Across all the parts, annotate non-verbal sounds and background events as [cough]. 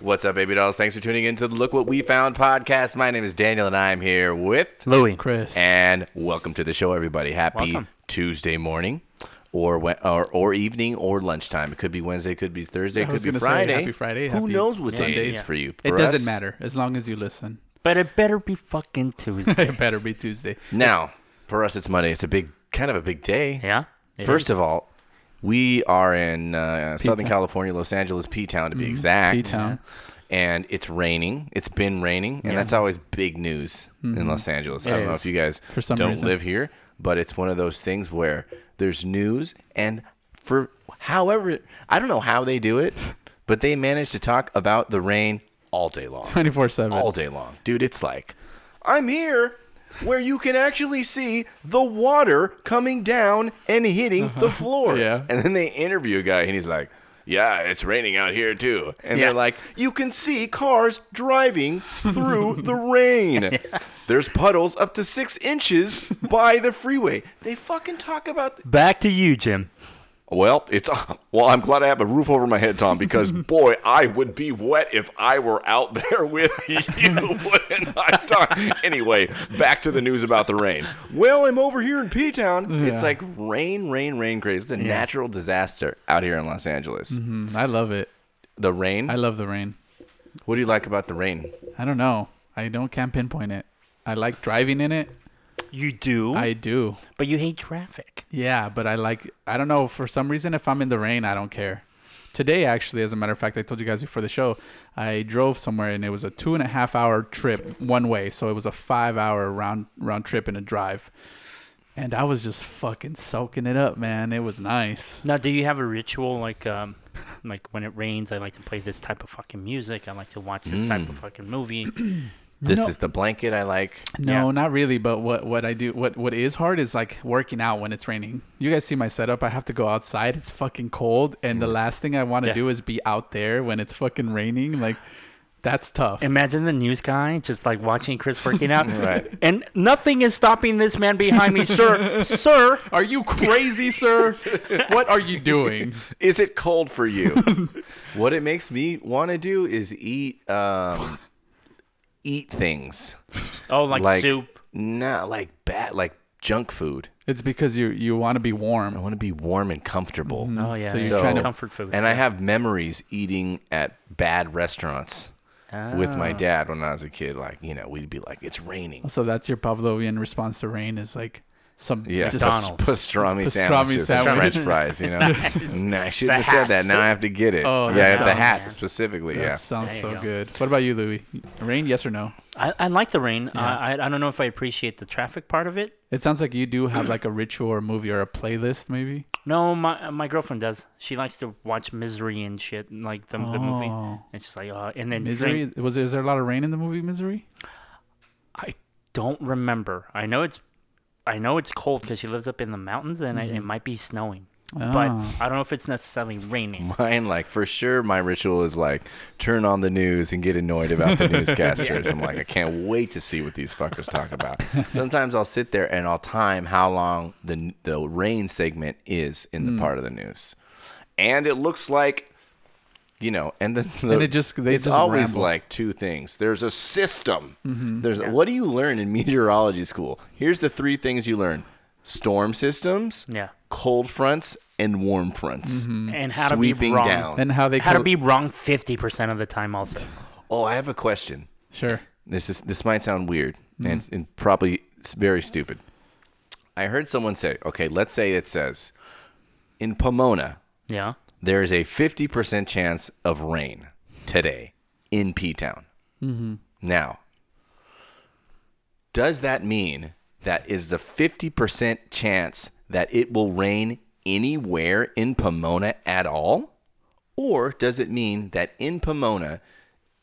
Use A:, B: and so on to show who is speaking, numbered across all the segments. A: What's up, baby dolls? Thanks for tuning in to the Look What We Found podcast. My name is Daniel, and I'm here with.
B: Louis.
C: Chris.
A: And welcome to the show, everybody. Happy
B: Welcome.
A: Tuesday morning. Or, we- or or evening or lunchtime. It could be Wednesday, it could be Thursday, it
C: I
A: could
C: was
A: be
C: gonna say
A: Friday.
C: happy Friday,
A: Who
C: happy
A: knows what day
C: Sunday.
A: it is
B: Yeah.
A: for you?
C: it
A: For
C: doesn't
A: us-
C: matter as long as you listen. [laughs]
B: But it better be fucking [laughs] Tuesday.
C: It better be Tuesday.
A: Now, for us, it's Monday. It's a big, kind of a big day.
B: yeah. It
A: First
B: is.
A: of all, we are in uh, Southern
C: P-town.
A: California, Los Angeles, P Town to be exact.
C: P-town.
A: And it's raining. It's been raining, and that's always big news in Los Angeles. I
B: It
A: don't know
B: is.
A: if you guys
C: For some
A: don't
C: reason.
A: live here, but it's one of those things where there's news, and for however I don't know how they do it, but they manage to talk about the rain all day long
C: 24 7.
A: all day long. Dude, it's like, I'm here where you can actually see the water coming down and hitting the floor. [laughs]
C: Yeah.
A: And then they interview a guy and he's like, yeah, it's raining out here too. And
B: Yeah.
A: they're like, you can see cars driving [laughs] through the rain. There's puddles up to six inches by the freeway. They fucking talk about
B: back to you, Jim.
A: well, it's [laughs] well. I'm glad I have a roof over my head, Tom,
C: [laughs]
A: because boy, I would be wet if I were out [laughs] there with you. wouldn't I, Tom? Anyway, back to the news about the rain. Well, I'm over here in P Town. It's
C: Yeah.
A: like rain, rain, rain, crazy. It's a natural disaster out here in Los Angeles.
C: Mm, I love it.
A: The rain.
C: I love the rain.
A: what do you like about the rain?
C: I don't know. I don't can't pinpoint it. I like driving in it.
B: You do,
A: Hmm?
C: I do.
B: but you hate traffic.
C: Yeah, but I like I don't know for some reason if I'm in the rain I don't care. Today actually, as a matter of fact, I told you guys before the show, I drove somewhere and it was a two and a half hour trip one way, so it was a five hour round round trip and a drive, and I was just fucking soaking it up, man. It was nice.
B: Now, do you have a ritual like, um, like when it rains, I like to play this type of fucking music. I like to watch this type of fucking movie.
A: This
C: No.
A: is the blanket I like.
C: No,
B: Yeah.
C: not really. But what what I do what what is hard is like working out when it's raining. You guys see my setup. I have to go outside. It's fucking cold, and the last thing I want to
B: Mm. Yeah.
C: do is be out there when it's fucking raining. Like, that's tough.
B: Imagine the news guy just like watching Chris working [laughs] out,
A: Right.
B: and nothing is stopping this man behind me, [laughs] sir. sir,
C: Are
B: [laughs]
C: you crazy, sir? what are you doing?
A: Is it cold for you?
C: [laughs]
A: what it makes me want to do is eat
C: [laughs]
A: um, eat things.
B: oh, like, soup.
A: Nah, like bat, like junk food.
C: It's because you you want to be
A: I
C: warm.
A: want to be warm and comfortable.
B: Oh yeah,
C: So you're
B: yeah.
C: trying to-
B: comfort food.
A: And I have memories eating at bad restaurants with
C: Ah.
A: my dad when I was a kid. Like, you know, we'd be like, it's raining.
C: So that's your Pavlovian response to rain is like some
A: Yeah,
C: just
B: McDonald's.
A: pas- pastrami,
C: Pastrami
A: sandwiches, and
C: sandwich.
A: French fries. You know,
C: [laughs]
A: no, I shouldn't have
B: The
A: said that.
B: hats.
A: Now I have to get it.
C: Oh,
A: yeah,
C: that
A: the hat
B: sounds-
A: specifically.
C: that
A: Yeah,
C: sounds
B: There
C: so
B: you go.
C: good. What about you, Louis? Rain, yes or no?
B: I, I like the rain.
C: Yeah.
B: I, I I don't know if I appreciate the traffic part of it.
C: It sounds like you do have like a ritual or a movie or a playlist, maybe.
B: No, my uh, my girlfriend does. She likes to watch Misery and shit, and, like the, the movie.
C: Oh.
B: And she's like, uh, and then
C: Misery
B: drink-
C: was is there a lot of rain in the movie Misery?
B: I don't remember. I know it's, I know it's cold because she lives up in the mountains, and I, it might be snowing. But
C: Mm-hmm. Ah.
B: I don't know if it's necessarily raining.
A: mine like for sure. My ritual is like turn on the news and get annoyed about
C: [laughs]
A: the newscasters. I'm like, I can't wait to see what these fuckers talk
C: [laughs]
A: about. Sometimes I'll sit there and I'll time how long the the rain segment is in the
C: Hmm.
A: part of the news, and it looks like. You know, and then the,
C: And it just- they
A: it's
C: just
A: always
C: ramble. Mm-hmm.
A: like two things. There's a system. There's what do you learn in meteorology school? Here's the three things you learn: storm systems,
B: Yeah.
A: cold fronts, and warm fronts.
C: Mm-hmm.
B: And how to be
A: Sweeping
B: wrong.
A: down.
C: And how they
B: How to
C: col-
B: be wrong fifty percent of the time, also.
A: Oh, I have a question.
C: sure.
A: This is this might sound weird and, and probably s- very stupid. I heard someone say, okay, let's say it says in Pomona
B: Yeah.
A: there is a 50% chance of rain today in P Town. Mm-hmm. Now, does that mean that is the 50% chance that it will rain anywhere in Pomona at all? Or does it mean that in Pomona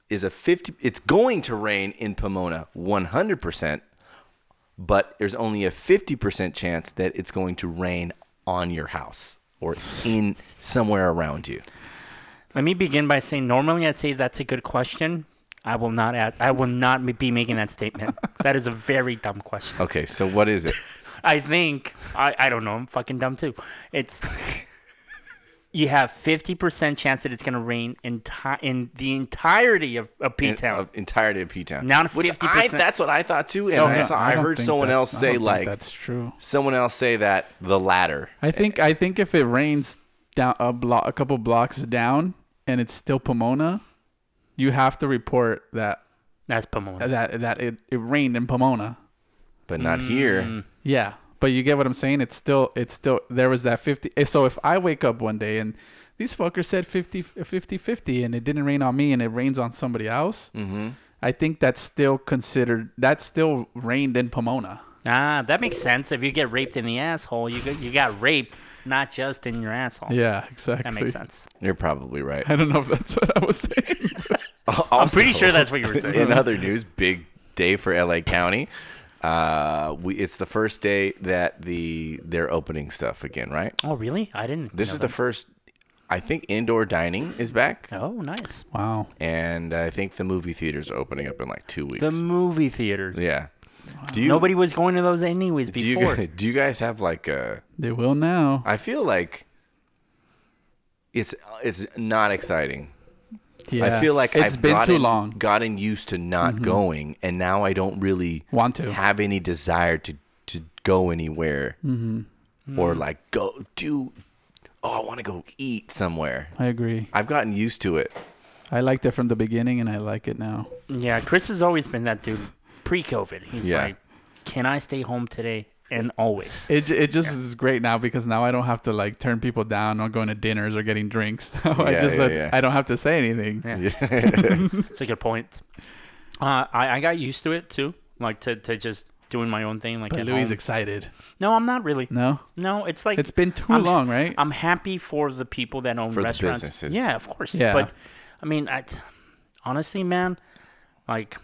A: is a 50 it's going to rain in Pomona 100%, but there's only a 50% chance that it's going to rain on your house or in somewhere around you.
B: Let me begin by saying normally I'd say that's a good question. I will not ask, I will not be making that statement. that is a very dumb question.
A: Okay, so what is it?
B: I think I, I don't know. I'm fucking dumb too. It's you have 50% chance that it's going to rain in, ti- in the entirety of, of
A: in-
B: [laughs] P-Town.
A: of entirety of P Town.
B: Now to
A: Which
B: 50%.
A: I- That's what I thought too, and I,
B: Okay.
A: saw, I,
C: Oh, don't
A: heard
C: think
A: someone
C: that's-
A: else
C: I
A: say
C: don't think
A: like
C: that's true.
A: someone else say that the latter.
C: I think I think if it rains down a block, a couple blocks down, and it's still Pomona, you have to report that
B: That's Pomona.
C: that that it, it rained in Pomona.
A: but not
B: Hmm.
A: here.
C: Yeah, but you get what I'm saying. It's still it's still there was that 50. eh, So if I wake up one day and these fuckers said 50 50 50 and it didn't rain on me and it rains on somebody else,
A: hmm
C: I think that's still considered that still rained in Pomona.
B: Ah, that makes sense. If you get raped in the asshole, you got, you got raped, not just in your asshole.
C: Yeah, exactly.
B: That makes sense.
A: You're probably right.
C: I don't know if that's what I was saying.
B: [laughs]
C: [laughs]
B: I'm pretty
A: [laughs]
B: sure that's what you were saying.
A: in other news, big day for LA County. Uh, we it's the first day that the they're opening stuff again, right?
B: Oh, really? I didn't.
A: This
B: know
A: is the first. I think indoor dining is back,
B: that. Oh, nice.
C: wow.
A: and I think the movie theaters are opening up in like two weeks.
B: The movie theaters.
A: yeah. Do you
B: Nobody was going to those anyways
A: do you
B: before.
A: gu- [laughs] do you guys have like a?
C: They will now.
A: I feel like it's it's not exciting. I
C: Yeah.
A: feel like
C: it's
A: I've
C: been
A: gotten,
C: too long. Mm-hmm.
A: Gotten used to not going, and now I don't really
C: Want to.
A: have any desire to to go anywhere
C: Mm-hmm.
A: or
B: Mm.
A: like go do. Oh, I want to go eat somewhere.
C: I agree.
A: I've gotten used to it. [laughs]
C: I liked it from the beginning and I like it now.
B: yeah, Chris has always been that dude pre COVID. He's
A: Yeah.
B: like, can I stay home today? And always.
C: It, ju- it just is great now because now I don't have to like turn people down on going to dinners or getting drinks. [laughs] So I
A: Yeah,
C: just
A: yeah,
C: let-
A: yeah.
C: I don't have to say anything.
B: Yeah.
A: Yeah.
B: It's a good point. Uh, I, I got used to it too, like to, to just doing my own thing. Like
C: But
B: at
C: Louis is
B: home.
C: excited.
B: no, I'm not really.
C: No,
B: No, um, it's like
C: it's been too
B: I'm-
C: long, right?
B: I'm happy for the people that own
A: For the
B: restaurants.
A: businesses.
B: Yeah, of course.
C: Yeah.
B: But I mean, I, honestly, man, like,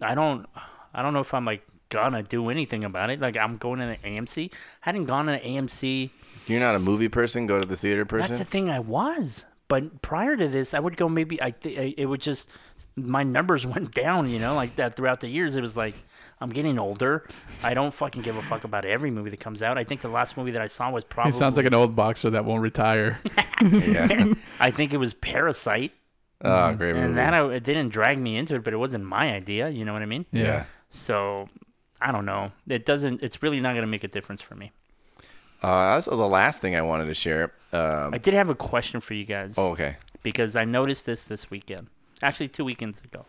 B: I don't, I don't know if I'm like gonna do anything about it. Like, I'm going to the AMC. hadn't gone to the AMC.
A: You're not a movie person. Go to the theater
B: That's
A: person.
B: the thing. I was, but prior to this, I would go maybe. I th- it would just my numbers [laughs] went down. You know, like that throughout the years. It was like. I'm getting older. I don't fucking give a fuck about every movie that comes out. I think the last movie that I saw was
C: he
B: probably
C: sounds like an old boxer that won't
B: [laughs]
C: retire.
A: yeah.
C: [laughs]
B: I think it was Parasite.
A: Oh, great movie.
B: And that I, it didn't drag me into it, but it wasn't my idea. You know what I mean?
C: yeah.
A: yeah.
B: So I don't know. It doesn't. It's really not going to make a difference for me.
A: Uh, that's the last thing I wanted to share. Um,
B: I did have a question for you guys
A: oh, okay.
B: because I noticed this this weekend, actually two weekends ago.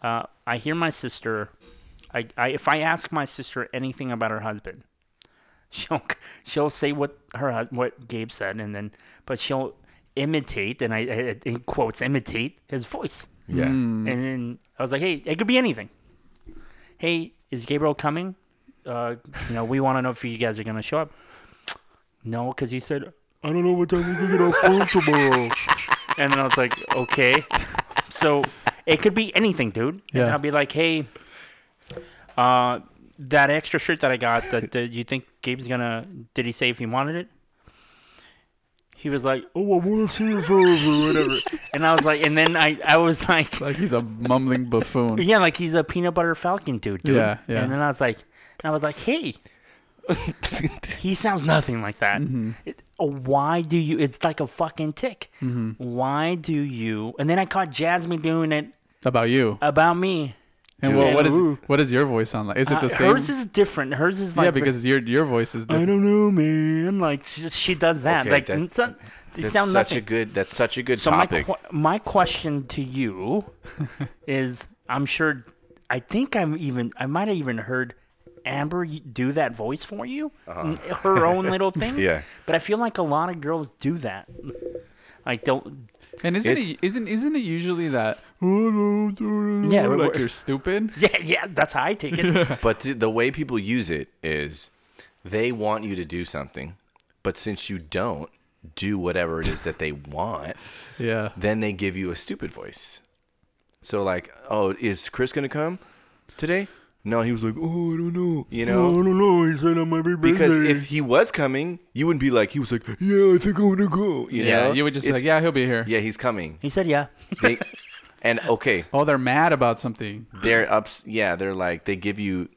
B: Uh, I hear my sister. I, I if I ask my sister anything about her husband, [laughs] she'll she'll say what her hus- what Gabe said, and then but she'll imitate and I, I in quotes imitate his voice.
A: Yeah.
C: Mm.
B: And then I was like, hey, it could be anything. Hey, is Gabriel coming? Uh, you know, we want to know if you guys are going to show up. No, because you said, I don't know what time we can get off work [laughs] tomorrow. and then I was like, okay. So it could be anything, dude. And
C: Yeah.
B: I'll be like, hey, uh, that extra shirt that I got, [laughs] that, that you think Gabe's going to, did he say if he wanted it? He was like, oh, I want to see it first," or whatever. [laughs] and I was like, and then I, I was like,
C: Like he's
B: [laughs]
C: a mumbling buffoon.
B: yeah, like he's a peanut butter falcon dude, dude.
C: Yeah, yeah.
B: And then I was like, and I was like, hey, he sounds nothing like that.
C: Mm-hmm.
B: It- uh, why do you? It's like a fucking tick.
C: Mm-hmm.
B: Why do you? And then I caught Jasmine doing it
C: About you.
B: about me.
C: And
B: Dude.
C: what, what
B: Ooh.
C: is what does your voice sound like? Is it the
B: Uh,
C: same?
B: Hers is different. Hers is like
C: yeah, because your your voice is
B: I
C: different.
B: don't know, man. Like she, she does that.
A: Okay,
B: like
A: that-
B: it's not- they
A: That's
B: sound
A: such
B: nothing.
A: a good. That's such a good
B: So my
A: topic.
B: qu- my question
A: [laughs]
B: to you is, I'm sure, I think I'm even, I might have even heard Amber y- do that voice for you, N- her own
A: [laughs]
B: little thing.
A: Uh-huh. Yeah.
B: But I feel like a lot of girls do that. Like don't.
C: And isn't
A: It's-
C: it isn't isn't it usually that yeah,
B: we're-
C: like you're stupid?
B: Yeah, yeah. That's how I take it.
A: [laughs] but th- the way people use it is, they want you to do something, but since you don't do whatever it is that they want,
C: Yeah.
A: then they give you a stupid voice. So like, oh, is Chris gonna come today? No, he was like, oh, I don't know. You know,
B: Oh, don't know. He said on my birthday.
A: because if he was coming, you wouldn't be like, he was like, yeah, I think I'm gonna go. You
C: Yeah,
A: know?
C: you would just be
A: It's-
C: like, yeah, he'll be here.
A: yeah, he's coming.
B: he said yeah.
A: They, and okay,
C: Oh, they're mad about something.
A: they're ups. Yeah, they're like they give you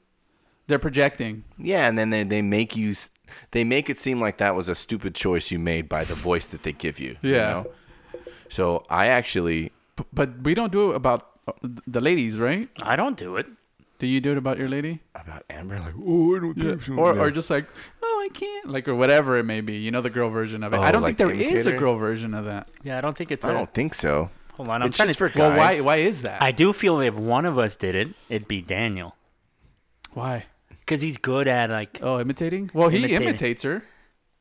C: They're projecting.
A: Yeah, and then they, they make you s- they make it seem like that was a stupid choice you made by the voice that they give you. you
C: Yeah.
A: know? So I actually
C: B- but we don't do it about uh, th- the ladies, right?
B: I don't do it.
C: Do you do it about your lady?
A: about Amber like oh I don't think so.
C: Or,
A: Yeah.
C: or just like, oh, I can't, like, or whatever it may be. You know, the girl version of it.
A: Oh,
C: I don't
A: like
C: think there is a
A: imitator?
C: girl version of that.
B: Yeah, I don't think it's.
A: I
B: a-
A: don't think so.
B: Hold on, I'm
A: it's
B: trying
A: just for
B: to.
A: guys.
C: Well, why? Why is that?
B: I do feel if one of us did it, it'd be Daniel
C: why?
B: because he's good at like.
C: Oh, imitating. Well, he
B: Imitating.
C: imitates her,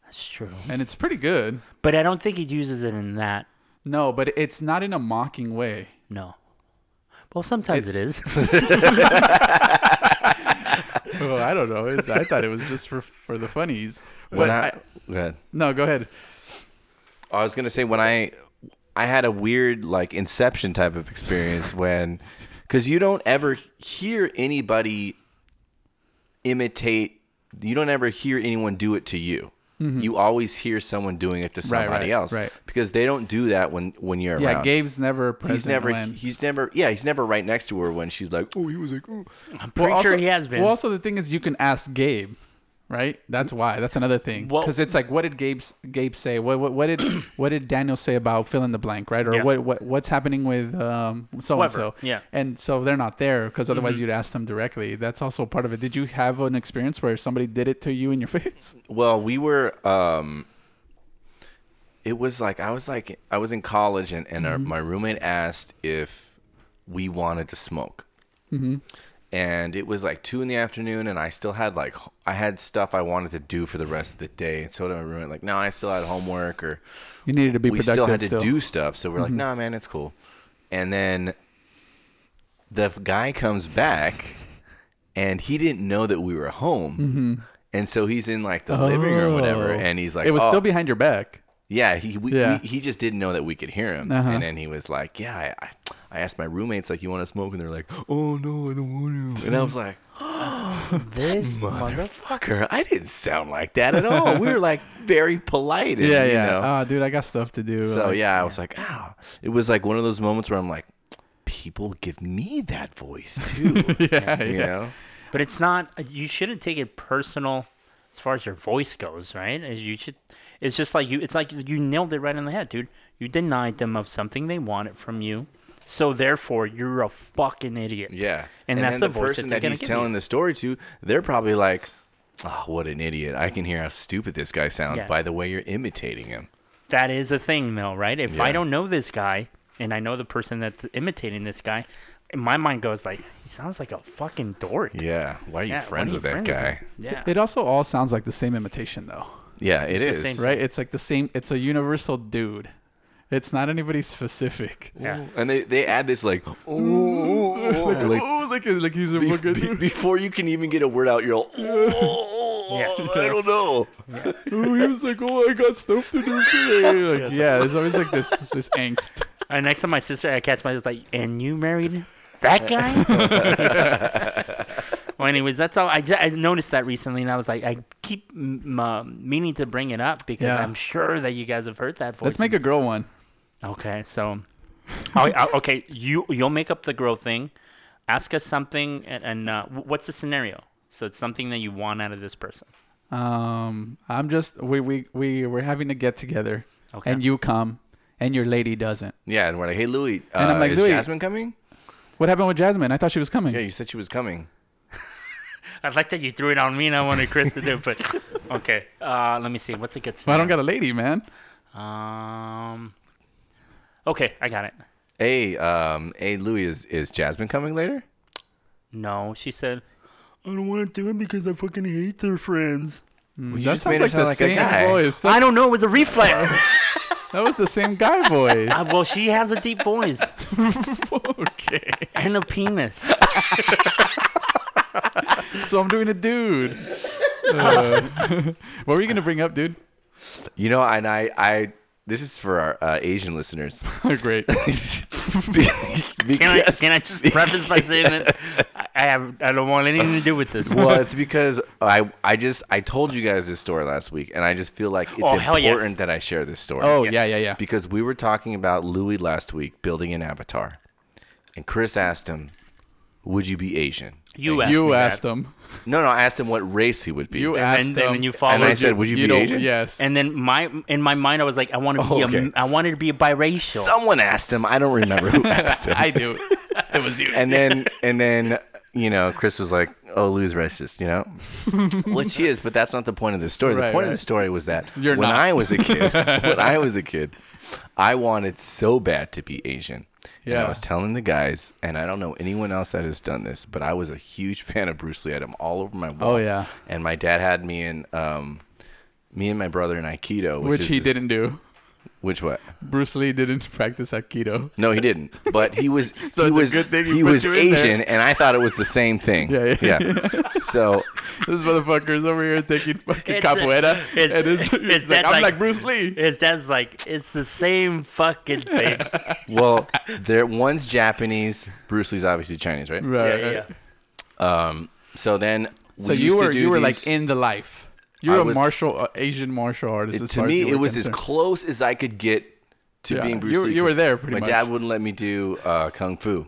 B: That's true.
C: and it's pretty good.
B: But I don't think he uses it in that.
C: No, but it's not in a mocking way.
B: No. Well, sometimes it is. [laughs]
C: Oh, I don't know. It's, I thought it was just for for the funnies. But
A: When
C: I,
A: I, go ahead.
C: no, go ahead.
A: I was gonna say when I I had a weird like Inception type of experience when because you don't ever hear anybody imitate. You don't ever hear anyone do it to you. You always hear someone doing it to
C: Mm-hmm. Right,
A: somebody
C: right,
A: else
C: right.
A: because they don't do that when when you're
C: Yeah,
A: around.
C: Gabe's never present.
A: he's never
C: when-
A: he's never yeah he's never right next to her when she's like oh he was like oh
B: I'm
C: Well,
B: pretty sure
C: also-
B: he has been. Mm.
C: Well, [laughs] also the thing is, you can ask Gabe, right? That's why. That's another thing.
B: Well-
C: Because it's like, what did Gabe Gabe say? What
B: [coughs]
C: what, what did what did Daniel say about fill in the blank, right? Or
B: Yeah.
C: what, what what's happening with um so and so?
B: Whoever, yeah. Mm-hmm.
C: And so they're not there because otherwise you'd ask them directly. That's also part of it. Did you have an experience where somebody did it to you in your [laughs] face?
A: Well, we were. Um, it was like I was like I was in college, and and our, my roommate asked if we wanted to smoke. And it was like two in the afternoon, and I still had like h- I had stuff I wanted to do for the rest of the day. And so did my roommate. Like, no, I still had homework, or
C: You needed to be
A: we
C: productive. Mm-hmm.
A: still had to do stuff. So we're like, nah, man, it's cool. And then the f- guy comes back, and he didn't know that we were home. And so he's in like the living room, or whatever,
C: Mm-hmm. Oh.
A: and he's like,
C: it was
A: "Oh,
C: still behind your back.
A: yeah, he we,
C: Yeah.
A: We, he just didn't know that we could hear him,
C: Uh-huh.
A: and then he was like, "Yeah, I, I, I asked my roommates like, you want to smoke?" And they're like, "Oh no, I don't want to." And I was like,
B: this
C: [laughs]
A: "Motherfucker, I didn't sound like that at all. We were like very polite." And,
C: [laughs] Yeah,
A: you
C: yeah.
A: know.
C: Ah, dude, I got stuff to do.
A: so
C: Like,
A: yeah, I was like, "Ah." It was like one of those moments where I'm like, "People give me that voice
B: [laughs]
A: too."
C: yeah,
A: You
C: yeah.
A: know?
B: But it's not. You shouldn't take it personal as far as your voice goes, right? As you should. It's just like you. It's like you nailed it right in the head, dude. You denied them of something they wanted from you, so therefore you're a fucking idiot.
A: Yeah.
B: And, that's
A: then
B: the,
A: the
B: voice
A: person
B: that,
A: that
B: they're
A: he's
B: gonna
A: telling
B: give
A: the story to, they're probably like, "Ah, what an idiot! I can hear how stupid this guy sounds
B: Yeah.
A: by the way you're imitating him."
B: you. That is a thing, though, right? If I
A: Yeah.
B: don't know this guy and I know the person that's imitating this guy, my mind goes like, he sounds like a fucking dork.
A: Yeah. Why are you
B: Yeah, why
A: friends
B: are you
A: with that
B: friends
A: guy?
B: him? Yeah.
C: It also all sounds like the same imitation though.
A: Yeah, it is.
B: same-
C: right? It's like the same. It's a universal dude. It's not anybody specific.
B: yeah.
A: And they, they add this
B: [laughs]
A: like, "Ooh, ooh, ooh," like,
C: oh, look at like he's a
A: be- be- before you can even get a word out, you're all, "Ooh,
B: [laughs] Yeah.
A: I don't know.
C: Oh, he was like, oh, I got stuff to do
A: [laughs]
C: today. Like, yeah, there's always like this this angst.
B: And next time my sister, I catch my it's like, and you married
C: [laughs]
B: that guy? well, anyways, that's all. I, ju- I noticed that recently, and I was like, I keep m- um, meaning to bring it up because
C: Yeah.
B: I'm sure that you guys have heard that voice.
C: [laughs] Let's make a girl one.
B: Okay, so, I, I- okay, you you'll make up the girl thing. Ask us something, and, and uh, wh- what's the scenario? So it's something that you want out of this person.
C: Um, I'm just we we we we're having a get together,
B: Okay.
C: and you come, and your lady doesn't.
A: Yeah, and we're like, hey, Louis, uh,
C: And I'm like,
A: is
C: "Louis."
A: Jasmine coming?
C: What happened with Jasmine? I thought she was coming.
A: Yeah, you said she was coming.
B: I like that you threw it on me, and I wanted Chris to do it. But
C: [laughs]
B: okay, uh, let me see. What's a good
C: Well, I
B: scenario?
C: don't got a lady, man.
B: Um. Okay, I got it.
A: Hey, um, hey, Louis, is, is Jasmine coming later?
B: No, she said. I don't want to do it because I fucking hate their friends.
A: Well, you
C: that
A: just
C: sounds
A: made her sound
C: like the same
A: like a guy.
C: voice.
B: I
C: That,
B: don't know. It was a reflex. [laughs]
C: that was the same
A: [laughs]
C: guy voice.
B: Uh, well, she has a deep voice
C: okay.
B: and a penis.
C: So I'm doing a dude. Uh, [laughs] what were you gonna bring up, dude? [laughs]
A: You know, and I, I this is for our uh, Asian [laughs] listeners.
C: Great.
B: Can I,
A: Because-
B: can I just preface by saying
C: [laughs]
B: that I I have I don't want anything to do with this.
A: well, it's because I I just I told you guys this story last week, and I just feel like it's
B: Oh, hell
A: important
B: yes.
A: that I share this story.
C: Oh yeah, yeah, yeah.
A: because we were talking about Louis last week building an avatar, and Chris asked him, "Would you be Asian?"
B: You asked
C: you
B: me
C: asked
B: that.
C: them.
A: No, no, I asked him what race he would be.
C: You
B: And
C: asked
B: then-
C: them.
B: and you
A: and
B: followed
A: I
B: you-
A: said, would you,
C: you
A: be
C: don't-
A: Asian? [laughs]
C: Yes.
B: And then my in my mind, I was like, I want to be
A: Okay.
B: a, I wanted to be a biracial.
A: Someone asked him. I don't remember [laughs] who asked him.
C: I do. it was you.
A: and then and then you know chris was like oh lou's racist you know [laughs] which he is but that's not the point of the story the
C: Right,
A: point of
C: right.
A: the story was that
C: You're
A: when
C: not.
A: i was a
C: [laughs]
A: kid when i was a kid i wanted so bad to be asian and
C: Yeah.
A: i was telling the guys and i don't know anyone else that has done this but i was a huge [laughs] fan of bruce lee i had him all over my wall
C: Oh, yeah.
A: and my dad had me in um me and my brother in aikido which,
C: Which
A: is
C: he
A: this-
C: didn't do.
A: which what
C: Bruce Lee didn't [laughs] practice Aikido.
A: No, he didn't. But he was
C: [laughs] So
A: he
C: it's a
A: was
C: good thing you
A: he
C: put
A: was
C: you in there.
A: Asian, and I thought it was the same thing.
C: Yeah, yeah, [laughs]
A: So
C: This motherfucker's over here taking fucking
B: It's-
C: capoeira.
B: it's-
C: and it's,
B: it's-
C: he's like,
B: that's
C: I'm
B: like-
C: like, Bruce Lee.
B: [laughs] His dad's like, it's the same fucking
C: [laughs]
B: thing.
A: well, there one's Japanese. Bruce Lee's obviously Chinese, right? Um,
C: Right.
B: yeah, yeah.
A: So then we
C: So
A: used
C: you
A: to
C: were
A: do
C: you were like
A: these-
C: in the life. You were
A: I
C: a
A: was-
C: martial uh, Asian martial artist. as
A: to
C: far as
A: me
C: you
A: it
C: were
A: was as
C: concerned.
A: close as I could get to
C: Yeah,
A: being Bruce
C: you-
A: Lee.
C: you were
A: 'cause
C: there pretty
A: my
C: much.
A: dad wouldn't let me do uh, kung fu.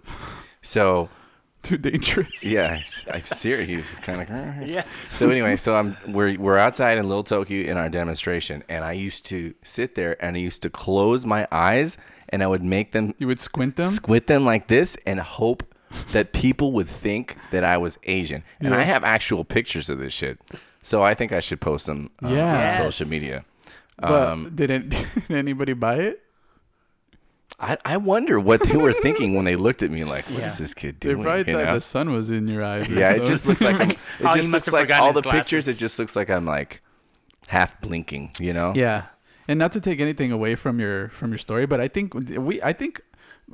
A: So
C: [laughs] too dangerous.
A: yeah, I'm serious. He was kind of like,
C: [laughs]
B: Yeah.
A: So anyway, so I'm we're we're outside in Little Tokyo in our demonstration, and I used to sit there and I used to close my eyes and I would make them
C: You would squint them.
A: squint them like this and hope that people would think that I was Asian. And I have actual pictures of this shit, so I think I should post them um,
C: Yeah.
A: on
B: Yes.
A: social media.
C: but
A: um,
C: didn't [laughs] did anybody buy it?
A: I, I wonder what they were thinking when they looked at me like, "What is
B: Yeah.
A: this kid
C: They
A: doing?"
C: probably
A: you
C: thought
A: know?
C: the sun was in your eyes. or
A: Yeah, it
C: something.
A: just looks like I'm, it
B: Oh, he
A: just
B: must
A: looks
B: have
A: like
B: forgotten
A: all
B: his
A: the pictures.
B: glasses.
A: It just looks like I'm like half blinking, you know?
C: yeah. And not to take anything away from your from your story, but I think we I think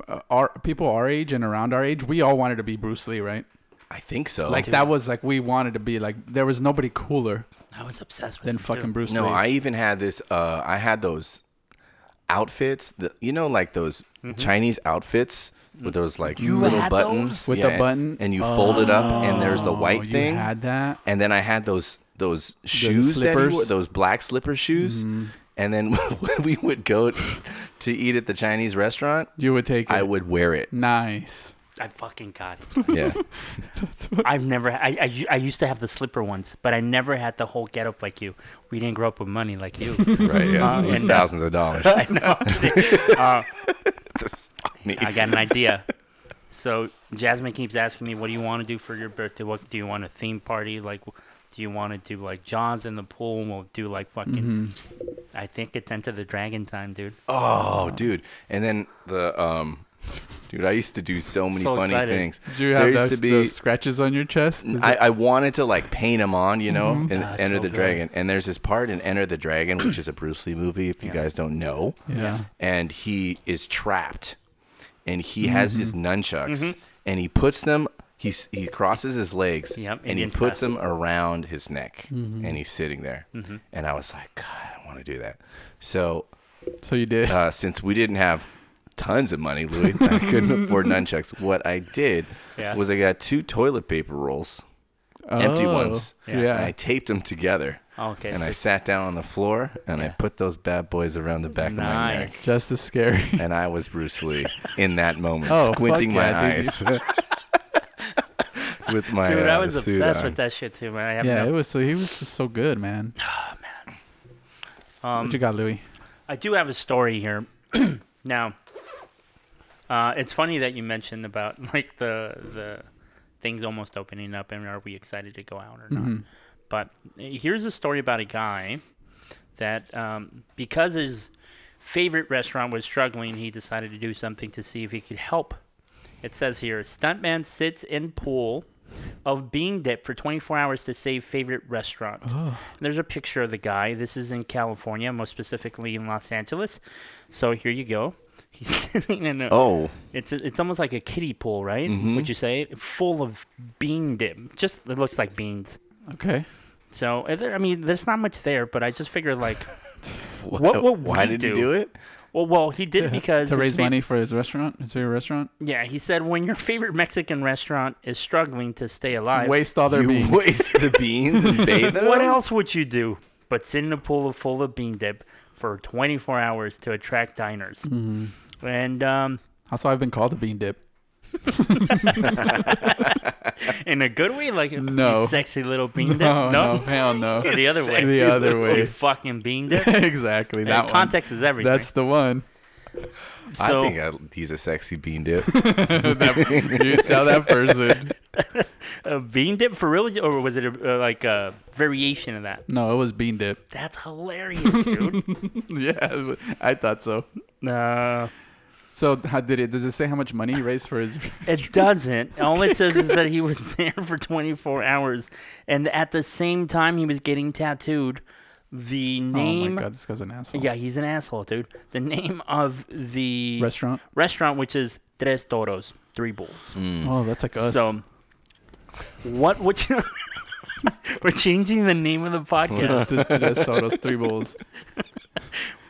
C: uh, our people our age and around our age, we all wanted to be Bruce Lee, right?
A: I think so.
C: Like that was like we wanted to be like there was nobody cooler
B: I was obsessed with
C: than
B: him, too.
C: fucking Bruce
A: no,
C: Lee.
A: I even had this. Uh, I had those outfits. The, you know, like those
C: Mm-hmm.
A: Chinese outfits with those like little
B: had
A: buttons
C: With the
A: and-
C: button?
A: and you fold it up, and there's the
C: Oh,
A: white
C: you
A: thing.
C: had that.
A: and then I had those those shoes that he
C: slippers? Mm-hmm.
A: wore, those black slipper shoes. And then [laughs] when we would go to eat at the Chinese restaurant,
C: You would take it.
A: I would wear
C: [laughs]
A: it.
C: Nice.
B: I fucking got.
A: Yeah.
B: I've never. I, I u- I used to have the slipper ones, but I never had the whole getup like you. We didn't grow up with money like
A: [laughs]
B: you.
A: Right, yeah.
B: Uh,
C: [laughs]
A: it was
B: and-
A: thousands of dollars.
B: [laughs] I know. I'm kidding. Uh,
A: Me.
B: I got an idea. So Jasmine keeps asking me, "What do you want to do for your birthday? What do you want a theme party? Like, do you want to do like John's in the pool? And we'll do like fucking.
A: Mm-hmm.
B: I think it's Enter the Dragon time, dude.
A: Oh, dude. And then the um dude, I used to do so many
B: So
A: funny
B: excited.
A: things.
C: Did you have
A: there used
C: those,
A: to be
C: those scratches on your chest? Is Mm-hmm.
A: I,
C: that-
A: I wanted to like paint them on, you know, and
B: Ah, it's
A: Enter
B: so
A: the
B: good.
A: Dragon. And there's this part in Enter the Dragon, which
C: [clears throat]
A: is a Bruce Lee movie, if you guys don't know.
C: yeah.
A: And he is trapped, and he has his
C: Mm-hmm.
A: nunchucks,
B: Mm-hmm.
A: and he puts them. He s- he crosses his legs,
B: Yep,
A: and he
B: Indian
A: puts them around his neck,
C: Mm-hmm.
A: and he's sitting there.
B: Mm-hmm.
A: And I was like, God, I want to do that. So
C: So you did.
A: uh, since we didn't have tons of money, Louis, I
B: [laughs]
A: couldn't afford nunchucks. What I did
B: Yeah.
A: was I got two toilet paper rolls, empty
C: Oh,
A: ones,
C: Yeah.
A: and I taped them together.
B: Okay.
A: And I
B: so-
A: sat down on the floor and I
B: Yeah.
A: put those bad boys around the back of my neck.
B: nice.
C: Just as
A: [laughs]
C: scary.
A: And I was Bruce Lee in that moment,
C: Oh, fuck
A: squinting my
C: yeah, dude.
A: eyes
C: [laughs]
A: with my
B: Dude, I
A: uh,
B: was
A: suit
B: obsessed
A: on.
B: with that shit too, man. I have
C: yeah,
B: no-
C: it was so he was just so good, man.
B: um,
C: What you got, Louis?
B: I do have a story here. [clears throat] now, uh, it's funny that you mentioned about [laughs] like the the things almost opening up and are we excited to go out or
C: Mm-hmm.
B: not. But eh, here's a story about a guy that um, because his favorite restaurant was struggling, he decided to do something to see if he could help. It says here, stuntman sits in pool of bean dip for 24 hours to save favorite restaurant. There's a picture of the guy. This is in California, most specifically in Los Angeles. So here you go. [laughs] He's sitting in a
A: Oh,
B: it's it's almost like a kiddie pool, right? Would you say full of bean dip? Just it looks like beans.
C: Mm-hmm. Okay.
B: So uh, there- I mean, there's not much there, but I just figured
C: [laughs]
B: like,
A: what?
B: would
A: why
B: we
A: did he
B: do?
A: do it?
B: well, well, he did it because
C: to
B: his
C: raise
B: fa-
C: money for his restaurant, his favorite restaurant,
B: Yeah, he said when your favorite Mexican restaurant is struggling to stay alive,
C: waste all their
A: you
C: beans.
A: waste the beans
B: [laughs]
A: and bathe them.
B: what else would you do but sit in a pool of full of bean dip for
C: Mm-hmm.
B: 24 hours to attract diners? And um,
C: Also, I've been called a bean dip.
B: in a good way, like
C: No.
B: you sexy
C: [laughs]
B: little bean dip.
C: No, Oh, no, hell no.
B: Or [laughs] the other way.
C: The
B: [laughs]
C: other
B: You
C: way. [laughs]
B: fucking bean dip.
C: exactly.
B: Hey,
C: That one.
B: context is everything.
C: That's the one. [laughs]
B: [laughs]
A: I
B: so
A: think I, he's a sexy bean dip.
C: That- you tell that person.
B: a bean dip for real, or was it a, uh, like a variation of that?
C: No, it was bean dip. [laughs]
B: That's hilarious, dude.
C: Yeah, I thought so.
B: uh,
C: So how did it? Does it say how much money he raised for his? oh
B: It doesn't. All it says is that he was [laughs] there for 24 hours, and at the same time he was getting tattooed, the
C: oh
B: name.
C: my god, this guy's an asshole.
B: Yeah, he's an asshole, dude. The name of the
C: Restaurant.
B: restaurant, which is Tres Toros, Three Bulls.
C: Oh, that's like us.
B: So, what would you? [laughs] We're changing the name of the [laughs]
C: [laughs]
B: podcast.
C: Th- that's Toros, three bowls.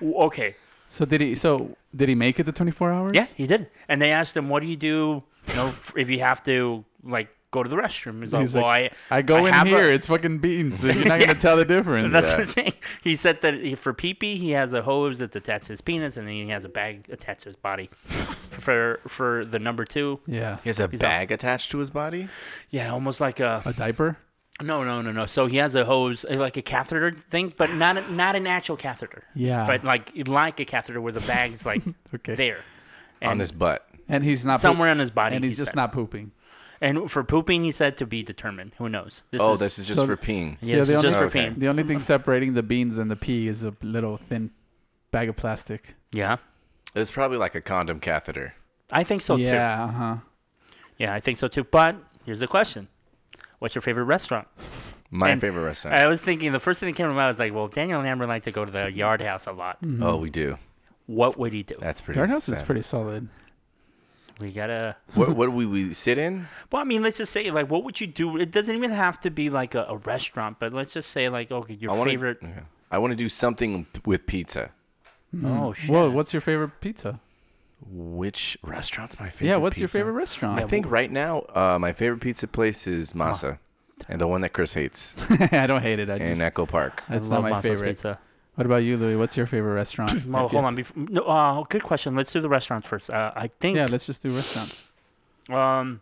B: okay.
C: So did he? So did he make it the 24 hours?
B: Yeah, he did. And they asked him, "What do you do? You know, f- if you have to like go to the restroom?" He's like,
C: He's
B: "Well,
C: like,
B: I."
C: I go
B: have
C: in
B: a-
C: here. It's fucking beans. So [laughs] you're not gonna tell the difference.
B: That's the thing. He said that he, for PP, he has a hose that's attached to his penis, and then he has a bag attached to his
C: [laughs]
B: body. for for the number two,
C: yeah.
A: He has a
B: He's a-
A: bag attached to his body.
B: yeah, almost like a
C: A diaper.
B: no, no, no, no. So he has a hose, uh, like a catheter thing, but not a, not an actual catheter,
C: Yeah.
B: but like like a catheter where the bag's like
C: Ah. [laughs] Okay.
B: there, and
A: on his butt.
C: and he's not poop-
B: somewhere on his body,
C: And
B: he
C: he's just
B: said.
C: not pooping.
B: And for pooping, he said to be determined. Who knows? This
A: Oh, this is just
C: so-
A: for peeing.
B: yeah, this
C: the
B: is
C: only-
B: just for
A: Okay.
B: peeing.
C: The only thing separating the beans and the pea is a little thin bag of plastic.
B: Yeah,
A: It's probably like a condom catheter.
B: I think so too.
C: yeah. Uh huh.
B: Yeah, I think so too. But here's the question: What's your favorite restaurant?
A: My
B: And-
A: favorite restaurant.
B: I was thinking the first thing that came to mind was like, well, Daniel and Amber like to go to
C: Mm-hmm.
B: the Yard House a lot.
C: Mm.
A: oh, we do.
B: What would he do?
A: That's pretty.
C: Yard House is
A: sad.
C: pretty solid.
B: We gotta.
A: What, what do we, we sit in?
B: Well, I mean, let's just say like, what would you do? It doesn't even have to be like a, a restaurant, but let's just say like, okay, your
A: I wanna-
B: favorite.
A: Okay. I want to do something p- with pizza.
B: Oh shit!
C: Mm. Whoa, what's your favorite pizza?
A: Which restaurant's my favorite?
C: yeah, what's your
A: pizza?
C: favorite restaurant?
A: I think right now, uh, my favorite pizza place is Masa, and the one that Chris hates
C: [laughs] I don't hate it. I
A: in
C: just,
A: Echo Park.
C: that's
B: I
C: not
B: love
C: my
B: Masso's
C: favorite.
B: Pizza.
C: What about you, Louis? What's your favorite restaurant? [coughs] If
B: Well,
C: you-
B: hold on. Before, no, uh, good question. Let's do the restaurants first. Uh, I think.
C: Yeah, let's just do restaurants.
B: Um,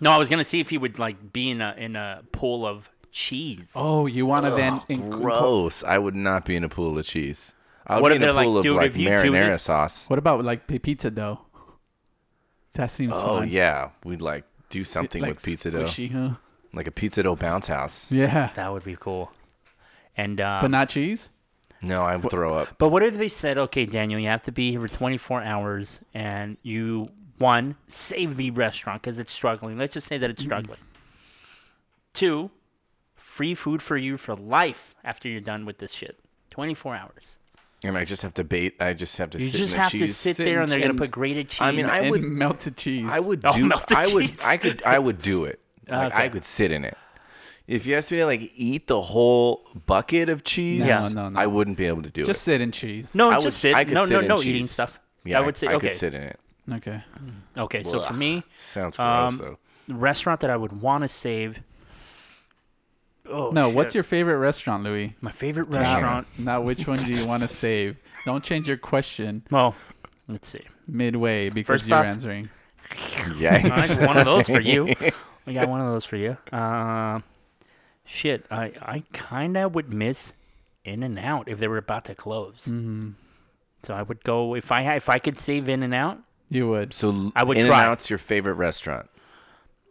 B: no, I was gonna see if he would like be in a in a pool of cheese.
C: Oh, you want to then inc-
A: Gross! I would not be in a pool of cheese. I would
B: What
A: be
B: if
A: in a
B: they're like,
A: pool of
B: "Dude,
A: like
B: if you do
A: marinara
B: this-
A: sauce.
C: What about like p- pizza dough? That seems
A: Oh
C: fun.
A: yeah, we'd like do something
C: Like
A: with pizza dough,
C: squishy, huh?
A: like a pizza dough bounce house.
C: Yeah,
B: That would be cool. And uh,
C: but not cheese.
A: No, I would throw up.
B: But what if they said, okay, Daniel, you have to be here for 24 hours and you, one, save the restaurant because it's struggling. Let's just say that it's struggling. Two, free food for you for life after you're done with this shit. 24 hours.
A: And I just have to bait. I just have to
B: You
A: sit
B: just
A: in the
B: have to
A: cheese.
B: sit
C: Sit
B: there
C: in
B: and they're going
C: cheese.
B: to put grated cheese.
A: I mean, I
C: and
A: would,
C: melted cheese.
A: I would
B: [laughs] Oh,
A: do.
B: melted
A: I would.
B: cheese.
A: I could. I would do
B: [laughs]
A: it. Like, I
B: Okay.
A: could sit in it. If you asked me to like eat the whole bucket of cheese,
C: No, no, no.
A: I wouldn't be able to do
C: just sit in cheese.
B: no,
A: I
B: just
A: would-
B: sit.
A: I could
B: no,
A: sit
B: no,
A: in
B: no, eating
A: cheese.
B: stuff.
A: it. Yeah,
B: I would say,
A: I
B: okay.
A: could sit in it.
C: Okay.
B: Okay, so for
A: Ugh.
B: me,
A: Sounds gross
B: Um,
A: though.
B: [laughs] restaurant that I would want to save. Oh,
C: No, what's
B: shit.
C: your favorite restaurant, Louis?
B: my favorite
A: Damn.
B: restaurant?
C: Not which one do you
A: [laughs]
C: want to save. Don't change your question
B: Well, let's see.
C: midway because
B: First
C: you're
B: off-
C: answering.
A: Yeah.
B: I got one of those for you. [laughs] We got one of those for you. Um, shit, I I kind of would miss In and Out if they were about to close.
C: Mm-hmm.
B: So I would go if I ha- if I could save In and Out.
C: You would.
A: so
B: I would
A: in
B: try.
A: and out's your favorite restaurant.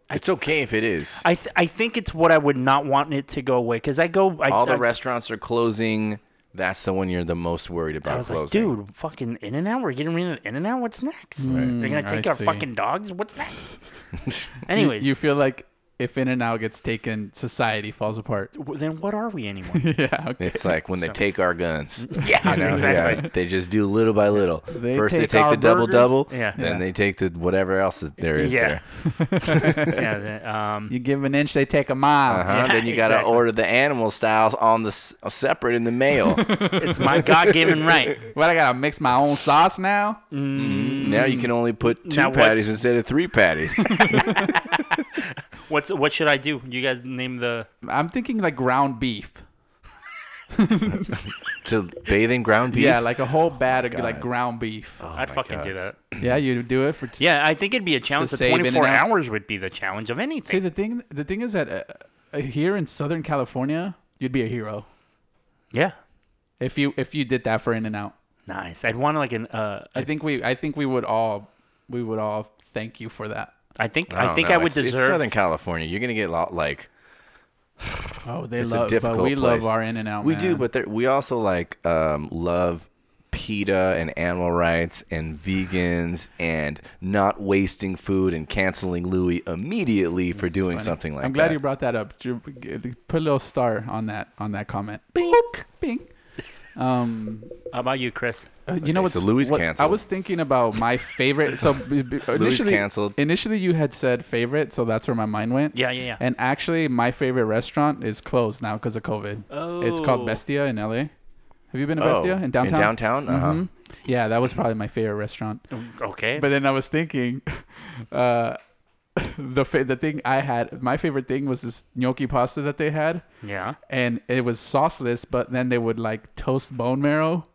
B: I-
A: it's okay if it is.
B: I th- I think it's what I would not want it to go away because I go I,
A: All the
B: I-
A: restaurants are closing. That's the one you're the most worried
B: I
A: about
B: was like,
A: closing.
B: dude, fucking In and Out. We're getting rid of In and Out. What's next? They're
C: Mm,
B: gonna
C: I
B: take our
C: see.
B: fucking dogs. What's next?
C: You-
B: Anyways,
C: you feel like if In and Out gets taken, society falls apart. [laughs]
B: w- then what are we anymore?
C: yeah.
A: [laughs]
C: Okay.
A: It's like
B: [laughs]
A: when they take our guns.
B: yeah, [laughs]
A: You
C: [laughs]
A: know?
B: exactly.
A: Yeah, they just do little by little.
C: They
A: First
C: take
A: they take
C: our
A: the double double,
B: Yeah.
A: then
C: Yeah.
A: they take the whatever else is, there is
B: Yeah.
A: there.
C: [laughs]
B: yeah. the- um,
C: You give an inch, they take a mile.
A: Uh-huh.
B: Yeah,
A: then you got to
B: exactly.
A: order the animal styles on the s- uh, separate in the
C: [laughs]
A: mail.
B: it's my God-given right.
C: What I gotta mix my own sauce now? Mm.
A: now you can only put two
B: Now what's-
A: patties instead of three
C: [laughs]
A: patties.
B: What's what should I do? You guys name the
C: I'm thinking like ground beef.
A: to bathe in ground beef. Oh
C: Yeah, like a whole bag of like
A: God.
C: ground beef.
A: Oh
B: I'd
A: my
B: fucking
A: God.
B: do that.
C: Yeah, you do it for. T-
B: Yeah, I think it'd be a challenge. The
C: To save in and
B: 24
C: out.
B: hours would be the challenge of anything.
C: See the thing. The thing is that uh, uh, here in Southern California, you'd be a hero
B: yeah.
C: if you if you did that for In and Out.
B: Nice. I'd want like an. Uh,
C: I think we I think we would all we would all thank you for that.
B: I think.
A: I
B: I,
A: don't
B: think
A: know.
B: I would
A: It's- It's
B: deserve.
A: Southern California. You're gonna get a lot like
C: Oh, they
A: It's a
C: love, but
A: difficult
C: we love
A: place.
C: our In and Out.
A: we do, but there- we also like um, love PETA and animal rights and vegans and not wasting food and canceling Louis immediately for doing something like
C: I'm glad
A: that.
C: you brought that up. Ju- g- Put a little star on that on that comment.
A: Bink.
C: Bing. Um,
B: How about you, Chris?
C: Uh, you know
A: Okay,
C: what's
A: so Louis
C: what, I
A: canceled.
C: was thinking about my favorite. So b- b- initially,
A: canceled.
C: Initially, you had said favorite, so that's where my mind went.
B: Yeah, yeah, yeah.
C: And actually, my favorite restaurant is closed now because of COVID.
B: oh,
C: It's called Bestia in LA. Have you been to
A: Oh,
C: Bestia in downtown?
A: In downtown, uh-huh.
C: Mhm. Yeah, that was probably my favorite restaurant.
B: Mm, Okay.
C: But then I was thinking, [laughs] uh, [laughs] the fa- the thing I had, my favorite thing was this gnocchi pasta that they had
B: yeah.
C: and it was sauceless but then they would like toast bone marrow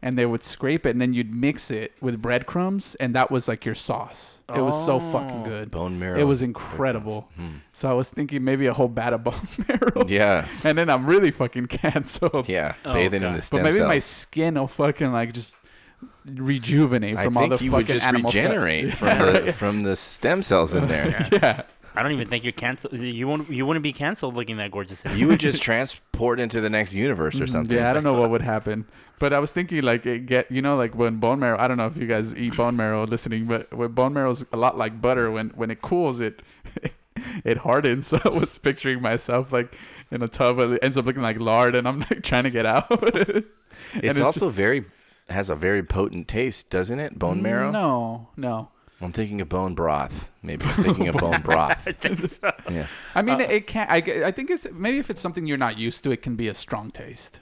C: and they would scrape it and then you'd mix it with breadcrumbs and that was like your sauce it was so fucking
B: Oh.
C: good
A: bone marrow.
C: it was incredible so i was thinking maybe a whole bat of bone [laughs] marrow
A: [laughs] Hmm. yeah,
C: and then i'm really fucking canceled
A: yeah.
B: Oh,
A: Bathing in
B: God.
A: the
B: But
A: stem
C: but maybe
A: cells.
C: my skin will fucking like just rejuvenate
A: I
C: from
A: think
C: all the
A: you
C: fucking
A: would just
C: animal fat. [laughs]
A: regenerate from
B: Yeah.
A: the from the stem cells in there.
C: yeah
B: I don't even think you're canceled. You won't. You wouldn't be canceled looking that gorgeous. [laughs]
A: You would just transport into the next universe or something.
C: Mm, Yeah, I don't know
A: [laughs]
C: what would happen, but I was thinking like it get you know like when bone marrow. I don't know if you guys eat bone marrow listening, but when bone marrow's a lot like butter. When when it cools, it [laughs] it hardens. [laughs] So I was picturing myself like in a tub. and It ends up looking like lard, and I'm like trying to get out. [laughs] it's,
A: It's, also very has a very potent taste, doesn't it? Bone marrow.
C: Mm, No, no.
A: I'm thinking of bone broth. Maybe I'm thinking
C: [laughs]
A: of bone broth.
B: I think so.
A: Yeah.
C: I
A: Uh,
C: mean, it can. I, g- I think it's maybe if it's something you're not used to, it can be a strong taste.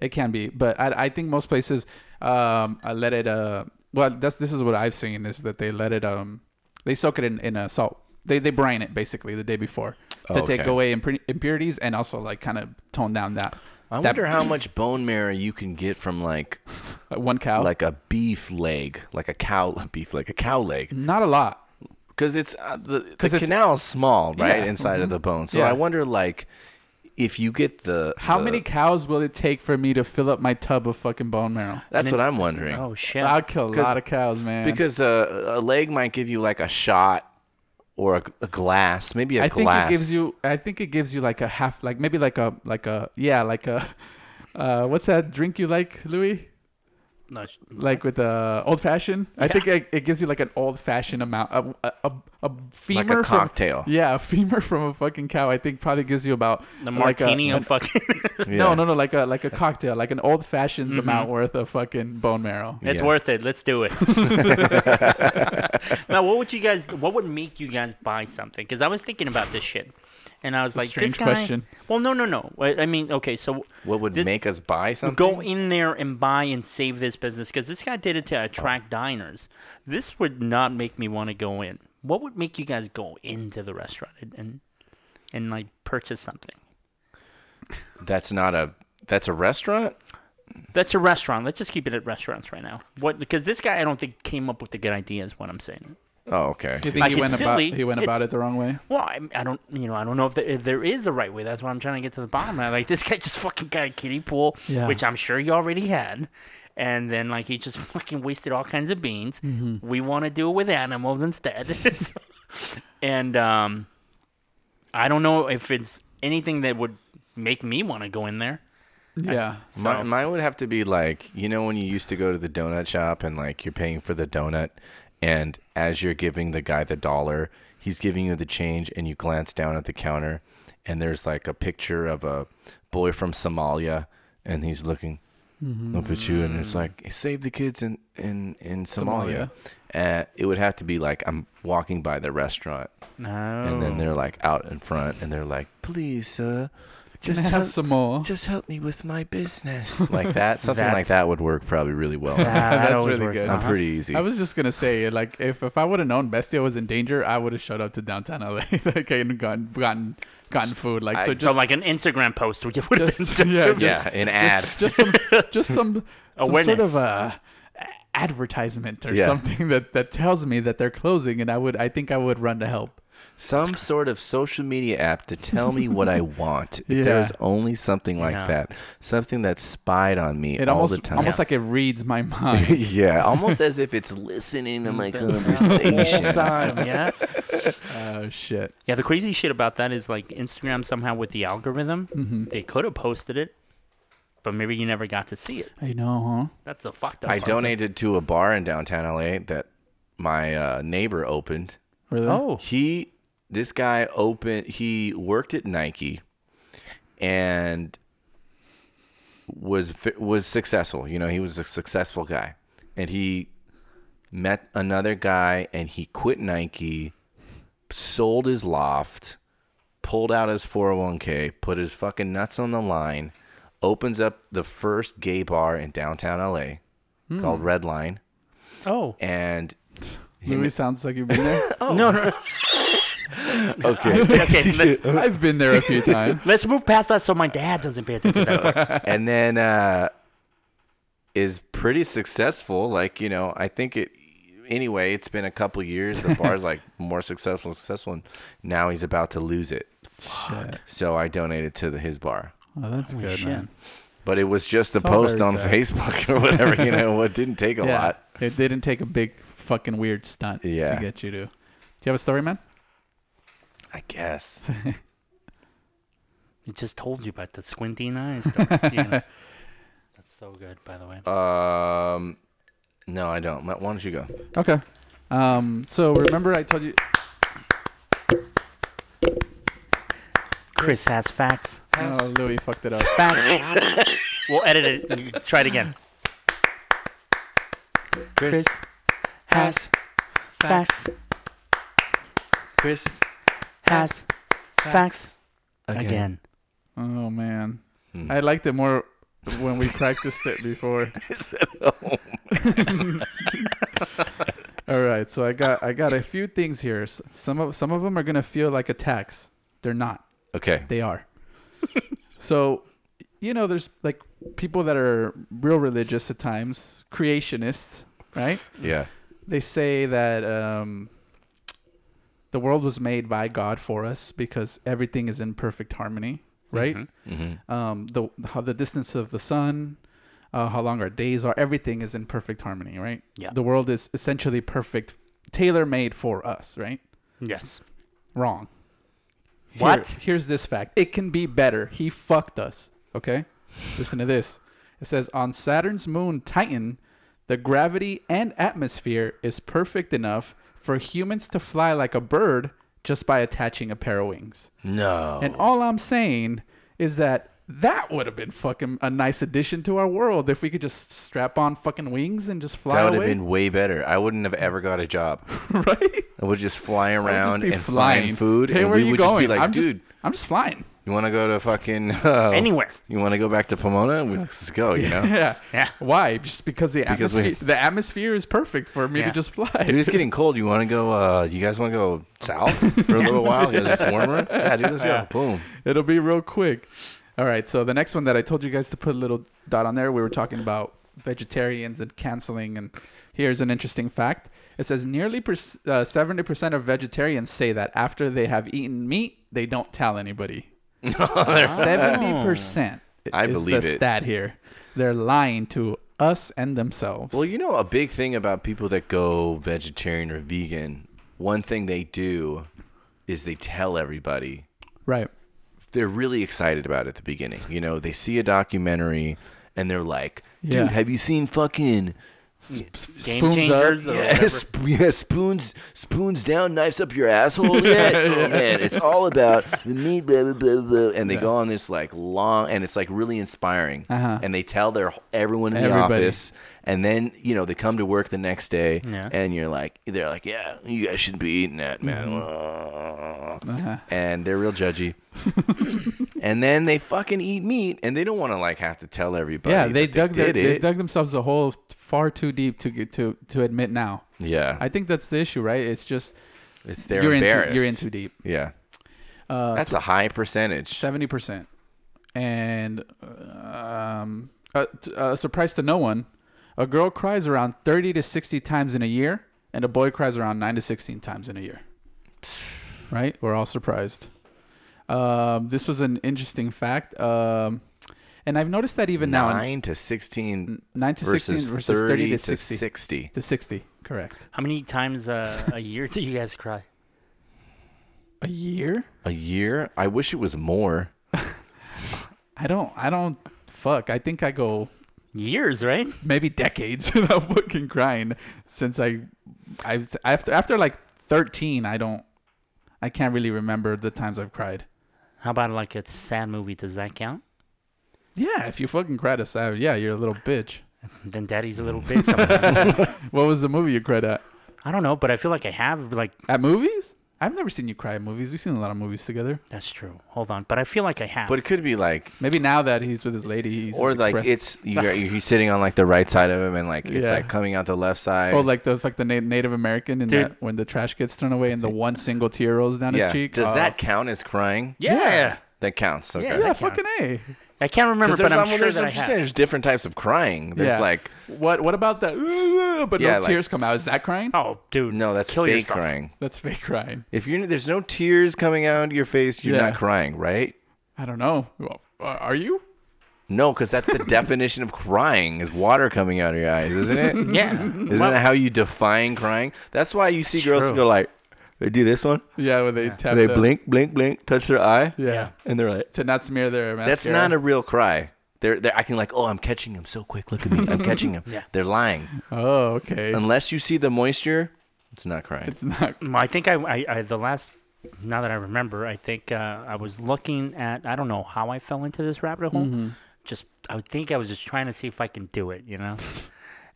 C: It can be, but I, I think most places um I let it uh well that's this is what I've seen is that they let it um they soak it in in a salt they they brine it basically the day before to
A: Oh,
C: take
A: okay.
C: away impur- impurities and also like kind of tone down that
A: I
C: That-
A: wonder how much bone marrow you can get from like
C: uh, one cow
A: like a beef leg, like a cow [laughs] beef leg, a cow leg,
C: not a lot
A: because it's uh, the,
C: Mm. 'Cause
A: the
C: it's-
A: canal is small, right,
C: Yeah, Mm-hmm.
A: inside of the bone. So
C: Yeah.
A: I wonder like if you get the
C: how
A: the-
C: many cows will it take for me to fill up my tub of fucking bone marrow
A: That's what I'm wondering.
B: Oh shit.
C: I'll kill a
A: 'Cause-
C: lot of cows man
A: Because a, a leg might give you like a shot or a, a glass, maybe a
C: I think
A: glass.
C: it gives you. I think it gives you like a half, like maybe like a like a yeah, like a. [laughs] Uh, what's that drink you like, Louis?
B: No, sh-
C: Like with a old fashioned. I think it, it gives you like an old fashioned amount of a, a, a femur.
A: like a
C: from- [laughs]
A: cocktail.
C: yeah, a femur from a fucking cow. I think probably gives you about
B: the
C: like a-
B: martini
C: an-
B: of fucking.
A: Yeah.
C: No, no, no, like a like a cocktail, like an old fashioned
B: Mm-hmm.
C: amount worth of fucking bone marrow.
B: It's
A: Yeah.
B: worth it. Let's do it. now, what would you guys? What would make you guys buy something? Because I was thinking about this shit, and I was
C: a
B: like,
C: strange
B: this guy,
C: question.
B: Well, no, no, no. I I mean, okay, so
A: What would
B: This-
A: make us buy something?
B: go in there and buy and save this business because this guy did it to attract diners. This would not make me want to go in. What would make you guys go into the restaurant and and, and like purchase something?
A: That's not a. That's a restaurant.
B: That's a restaurant. Let's just keep it at restaurants right now. What? Because this guy, I don't think came up with the good idea. Is what I'm saying.
A: Oh, okay.
C: Do you think
B: Like
C: he
B: it's
C: went
B: silly,
C: about he went about
B: it's-
C: it the wrong way?
B: Well, I, I don't, you know, I don't know if, there if there is a right way. That's why I'm trying to get to the bottom. of it. like this guy just fucking got a kiddie pool,
C: Yeah.
B: which I'm sure you already had, and then like he just [laughs] fucking wasted all kinds of beans.
C: Mm-hmm.
B: We want to do it with animals instead, [laughs] and um, I don't know if it's anything that would make me want to go in there.
C: Yeah.
A: Mi- mine would have to be like you know when you used to go to the donut shop and like you're paying for the donut, and as you're giving the guy the dollar, he's giving you the change, and you glance down at the counter, and there's like a picture of a boy from Somalia, and he's looking
C: Mm-hmm.
A: up at you, and it's
C: Mm.
A: like save the kids in in in Somalia. Uh, it would have to be like I'm walking by the restaurant,
B: No.
C: Oh.
A: [laughs] and then they're like out in front, and they're like, "Please, sir, Just
C: Can I have some more.
A: just help me with my business. [laughs] Like that, something
B: That's-
A: like that would work probably really well.
C: That's
B: always
C: really good.
A: I'm
B: uh-huh.
A: pretty easy.
C: I was just gonna say, like, if, if I would have known Bestia was in danger, I would have showed up to downtown LA, [laughs] like, and gotten gotten gotten food, like,
A: I-
C: so
A: so,
B: So
C: just
B: like an Instagram post would have been [laughs]
C: Just-
B: just,
C: yeah,
B: a-
A: yeah, an ad.
C: just, just some just
A: [laughs]
C: some, some sort
B: Awareness.
C: of uh, a advertisement or
A: Yeah.
C: something that that tells me that they're closing, and I would I think I would run to help.
A: Some sort of social media app to tell me what I [laughs] want. If
C: Yeah.
A: there was only something like
B: Yeah.
A: that, something that spied on me
C: It
A: all
C: almost
A: the time.
C: almost like it reads my
A: [laughs]
C: mind.
A: yeah, almost as if it's listening to [laughs] my
B: Whole
A: conversations.
B: time, yeah.
C: oh shit!
B: Yeah, the crazy shit about that is like Instagram somehow with the algorithm,
C: Mm-hmm.
B: they could have posted it, but maybe you never got to see it.
C: I know,
B: That's the fucked up.
A: I
B: part.
A: donated to a bar in downtown LA that my uh, neighbor opened.
C: huh? Really?
B: Oh,
A: He, this guy opened, he worked at Nike and was fi- was successful. You know, he was a successful guy, and he met another guy, and he quit Nike, sold his loft, pulled out his 401k, put his fucking nuts on the line, opens up the first gay bar in downtown LA called Red Line,
B: oh,
A: and
C: Louis sounds like you've been
A: [laughs]
C: there.
B: no, no.
A: okay.
B: Oh. [laughs] okay, let's,
C: I've been there a few
A: [laughs]
C: times.
B: [laughs] let's move past that so my dad doesn't pay attention to that. part.
A: and then uh, is pretty successful. Like you know, I think it. Anyway, it's been a couple years. The bar's
C: [laughs]
A: like more successful, successful, and now he's about to lose it.
C: Shit.
A: So I donated to the, his bar,
C: [laughs] Oh, that's good,
B: shit.
C: man.
A: but it was just the
C: It's all
A: post
C: very
A: on
C: sad.
A: Facebook or whatever. You know, it didn't take a
C: yeah.
A: lot.
C: It didn't take a big fucking weird stunt
A: Yeah.
C: to get you to. Do you have a story, man?
A: I guess.
B: I just told you about the squinting eyes. Stuff, you
C: [laughs]
B: know. That's so good, by the way.
A: Um, no, I don't. Why don't you go?
C: Okay. Um, so remember I told you oh,
B: Chris has facts.
C: Oh Louis fucked it up.
B: [laughs] We'll edit it. And you can try it again.
A: Chris,
B: has facts.
A: Chris,
B: Has facts again.
C: Oh man.
A: Hmm. [laughs]
C: I liked it more when we practiced it before. All right, so I got I got a few things here. S- Some of some of them are gonna feel like attacks. They're not.
A: Okay.
C: They are. so, you know, there's like people that are real religious at times, creationists, right?
A: Yeah.
C: they say that um, the world was made by God for us because everything is in perfect harmony, right?
B: Mhm.
A: hmm
C: Um, the how the distance of the sun, uh, how long our days are, everything is in perfect harmony, right?
B: Yeah.
C: The world is essentially perfect, tailor made for us, right?
B: Yes.
C: Wrong. Here-
B: What?
C: here's this fact. It can be better. He fucked us. Okay? Listen to this. It says on Saturn's moon Titan, the gravity and atmosphere is perfect enough for humans to fly like a bird just by attaching a pair of wings.
A: No.
C: And all I'm saying is that that would have been fucking a nice addition to our world if we could just strap on fucking wings and just fly
A: that would have
C: away,
A: been way better. I wouldn't have ever got a job.
C: [laughs] right?
A: I would just fly around
C: be
A: and find food.
C: Hey,
A: and
C: where
A: we
C: are you
A: would
C: going?
A: Just be like,
C: I'm
A: dude,
C: just, I'm just flying.
A: you want to go to fucking [laughs] uh,
B: Anywhere.
A: You want to go back to Pomona? We- Let's go. You know,
C: [laughs] Yeah.
B: Yeah.
C: Why? Just because the
A: Because
C: atmosphere the atmosphere is perfect for me
B: Yeah.
C: to just fly.
A: dude, it's getting cold. You want to go? Uh, you guys want to go south for a little while? Because it's
C: [laughs]
A: warmer. Yeah, dude, let's go. Boom.
C: [laughs]
A: [laughs]
C: It'll be real quick. All right. So the next one that I told you guys to put a little dot on there, we were talking about vegetarians and canceling. And here's an interesting fact: it says nearly uh, seventy percent of vegetarians say that after they have eaten meat, they don't tell anybody. Seventy percent.
A: Ah. I believe
C: the
A: it.
C: Stat here, they're lying to us and themselves.
A: Well, you know, a big thing about people that go vegetarian or vegan, one thing they do is they tell everybody
C: right.
A: they're really excited about at the beginning. You know, they see a documentary and they're like, "Dude,
C: Yeah.
A: have you seen fucking
C: Sp-
B: Game
C: spoons
B: changers
C: up.
B: or
A: Yeah, sp- yeah, spoons, spoons down, knives up your asshole. Yeah, oh, man, it's all about the meat, blah blah blah blah. And they go on this like long, and it's like really inspiring.
C: Uh-huh.
A: And they tell their everyone in the
C: Everybody.
A: office, and then you know they come to work the next day,
B: Yeah.
A: and you're like, they're like, yeah, you guys shouldn't be eating that, man. And they're real judgy. and then they fucking eat meat, and they don't want to like have to tell everybody.
C: Yeah, they
A: that
C: dug their,
A: did
C: they
A: it.
C: dug themselves a hole far too deep to get to to admit now.
A: yeah,
C: I think that's the issue, right? It's just
A: it's they're
C: you're in
A: embarrassed.
C: too, you're in too deep.
A: Yeah.
C: Uh,
A: That's a high percentage.
C: Seventy percent, and um, a, a surprise to no one, a girl cries around thirty to sixty times in a year, and a boy cries around nine to sixteen times in a
A: [sighs]
C: year. Right? We're all surprised. Um, this was an interesting fact, um, and I've noticed that even now, in-
A: nine to sixteen
C: nine to
A: versus,
C: sixteen versus
A: 30,
C: thirty
A: to
C: to sixty
A: sixty.
C: to sixty. Correct.
B: How many times uh, a year do you guys cry?
C: A year?
A: A year? I wish it was more.
C: I don't. I don't. Fuck. I think I go
B: Years, right?
C: maybe decades [laughs] without fucking crying since I, I after after like thirteen, I don't, I can't really remember the times I've cried.
B: How about like a sad movie? Does that count?
C: Yeah, if you fucking cried a sad, yeah, you're a little bitch.
B: Then Daddy's
A: [laughs]
B: a little bitch. sometimes.
C: What was the movie you cried at?
B: I don't know, but I feel like I have like
C: At movies? I've never seen you cry at movies. We've seen a lot of movies together.
B: that's true. Hold on, but I feel like I have.
A: But it could be like
C: Maybe now that he's with his lady, he's
A: or like
C: expressed-
A: it's you're, you're he's sitting on like the right side of him and like it's
C: Yeah.
A: like coming out the left side.
C: Oh, like the like the Na- Native American in
B: Dude.
C: that when the trash gets thrown away and the one single tear rolls down
A: yeah.
C: his cheek.
A: Does
C: Oh.
A: that count as crying?
B: yeah.
C: yeah.
A: That counts. Okay.
C: Yeah,
B: that
C: fucking a.
B: I can't remember,
A: 'Cause
B: but
A: there's,
B: I'm
A: well,
B: sure
A: there's-
B: that I
A: I'm just
B: have.
A: saying there's different types of crying. There's
C: yeah.
A: like
C: what what about that? "Ugh," But
A: Yeah,
C: no
A: like-
C: tears come out. Is that crying?
B: Oh, dude.
A: no, that's
B: kill
A: fake
B: yourself.
A: crying.
C: That's fake crying.
A: If you're there's no tears coming out of your face, you're
C: Yeah.
A: not crying, right?
C: I don't know. Well, uh, are you?
A: No, because that's the definition of crying is water coming out of your eyes, isn't it? [laughs]
B: Yeah. [laughs]
A: Isn't that how you define crying? That's why you see girls
B: true.
A: go like, they do this one,
C: Yeah, when they tap.
A: they
C: the-
A: blink, blink, blink, touch their eye,
C: Yeah.
B: Yeah.
A: and they're like,
C: to not smear their mascara.
A: that's not a real cry. They're they're acting like, oh, I'm catching him so quick. Look at me, I'm catching him.
B: Yeah.
A: They're lying.
C: Oh, okay.
A: Unless you see the moisture, it's not
C: [laughs]
A: crying.
C: It's not.
B: Mm, I think I, I, I the last now that I remember, I think uh, I was looking at I don't know how I fell into this rabbit hole.
C: Mm-hmm.
B: Just I would think I was just trying to see if I can do it, you know.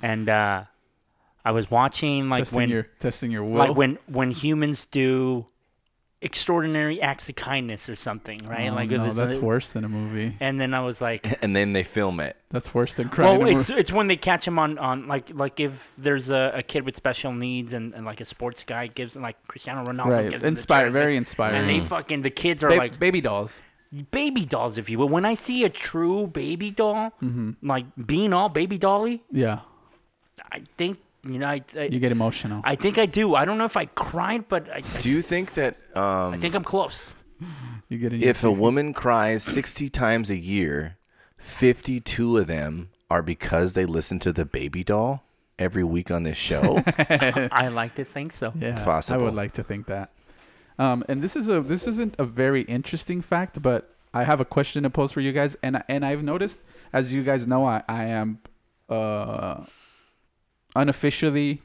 B: and uh, I was watching like
C: testing
B: when
C: your testing your will.
B: like when when humans do extraordinary acts of kindness or something, right?
C: Oh,
B: like it
C: no,
B: was-
C: that's worse than a movie.
B: And then I was like,
A: And then they film it.
C: That's worse than crying.
B: well,
C: in a
B: it's
C: movie.
B: it's when they catch him on, on like like if there's a, a kid with special needs and, and like a sports guy gives like Cristiano Ronaldo
C: right.
B: gives him the
C: Inspire,
B: jersey.
C: very
B: And
C: inspiring.
B: they fucking the kids are
C: Ba-
B: like
C: baby dolls.
B: baby dolls, if you will. When I see a true baby doll,
C: Mm-hmm.
B: like being all baby dolly,
C: Yeah,
B: I think you know, I
C: you
B: I,
C: get emotional.
B: I think I do. I don't know if I cried, but I, I
A: Do you think that um,
B: think I'm
C: [laughs]
B: close.
C: you get in your
A: if a woman cries 60 times a year, 52 of them are because they listen to the baby doll every week on this
B: [laughs]
A: show?
B: I like to think so.
C: Yeah, I
A: possible.
C: would like to think that. Um, and this is a this isn't a very interesting fact, but I have a question to pose for you guys, and and I've noticed, as you guys know, I I am, uh, unofficially,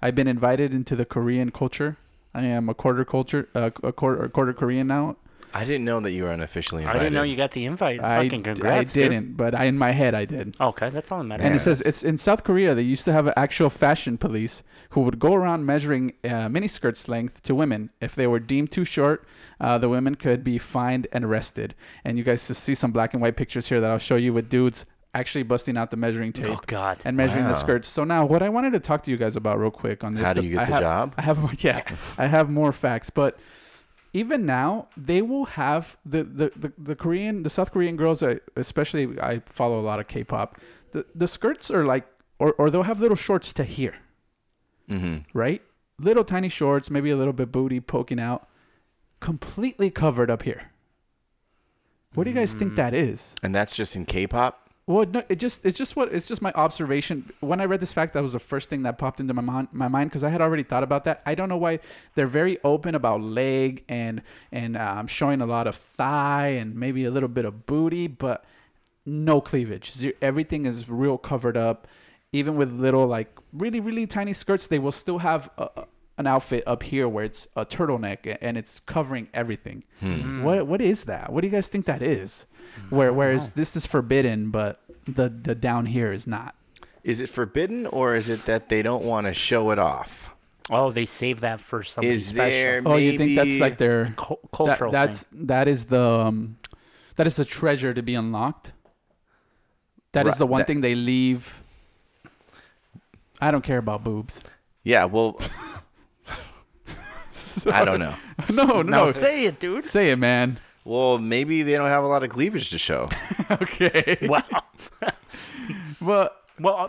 C: I've been invited into the Korean culture. I am a quarter culture, uh, a quarter a quarter Korean now.
A: I didn't know that you were unofficially
B: I
A: invited.
B: didn't know you got the invite.
C: I,
B: Fucking
C: d- I
B: congrats. dude.
C: didn't, but I in my head I did.
B: Okay, that's all that matters.
C: And
A: Yeah.
C: it says it's in South Korea. They used to have an actual fashion police who would go around measuring uh, miniskirts length to women. If they were deemed too short, uh, the women could be fined and arrested. And you guys just see some black and white pictures here that I'll show you with dudes actually busting out the measuring tape
B: Oh God.
C: and measuring the
A: Wow.
C: skirts. So now, what I wanted to talk to you guys about real quick on this.
A: How do you get
C: I
A: the
C: have-
A: job?
C: I have more- [laughs] yeah, I have more facts, but even now they will have the the, the, the Korean the South Korean girls I, especially I follow a lot of K-pop. The the skirts are like or or they'll have little shorts to here,
A: Mm-hmm.
C: right? Little tiny shorts, maybe a little bit booty poking out, completely covered up here. What do you guys think that is?
A: And that's just in K-pop.
C: Well, no, it just it's just what it's just my observation. When I read this fact, that was the first thing that popped into my mon- my mind because I had already thought about that. I don't know why they're very open about leg and and um, showing a lot of thigh and maybe a little bit of booty, but no cleavage. Ze- Everything is real covered up, even with little like really really tiny skirts, they will still have a, a- an outfit up here where it's a turtleneck a- and it's covering everything. What what is that? What do you guys think that is? Where
A: Oh,
C: whereas this is forbidden, but the the down here is not.
A: Is it forbidden or is it that they don't want to show it off?
B: Oh, they save that for something
A: Is
B: special.
A: there
C: Oh, you think that's
A: maybe-
C: like their
B: Cul-
C: that-
B: cultural thing.
C: that's that is the um, that is the treasure to be unlocked. That is
A: Right,
C: the one
A: that-
C: thing they leave. I don't care about boobs. [laughs]
A: Yeah, well, I don't know.
C: no, no,
B: No,
C: Say,
B: say it, dude.
C: it, man.
A: Well, maybe they don't have a lot of cleavage to
C: [laughs]
A: show.
C: okay.
B: Wow.
C: Well,
B: Well, uh,
C: I,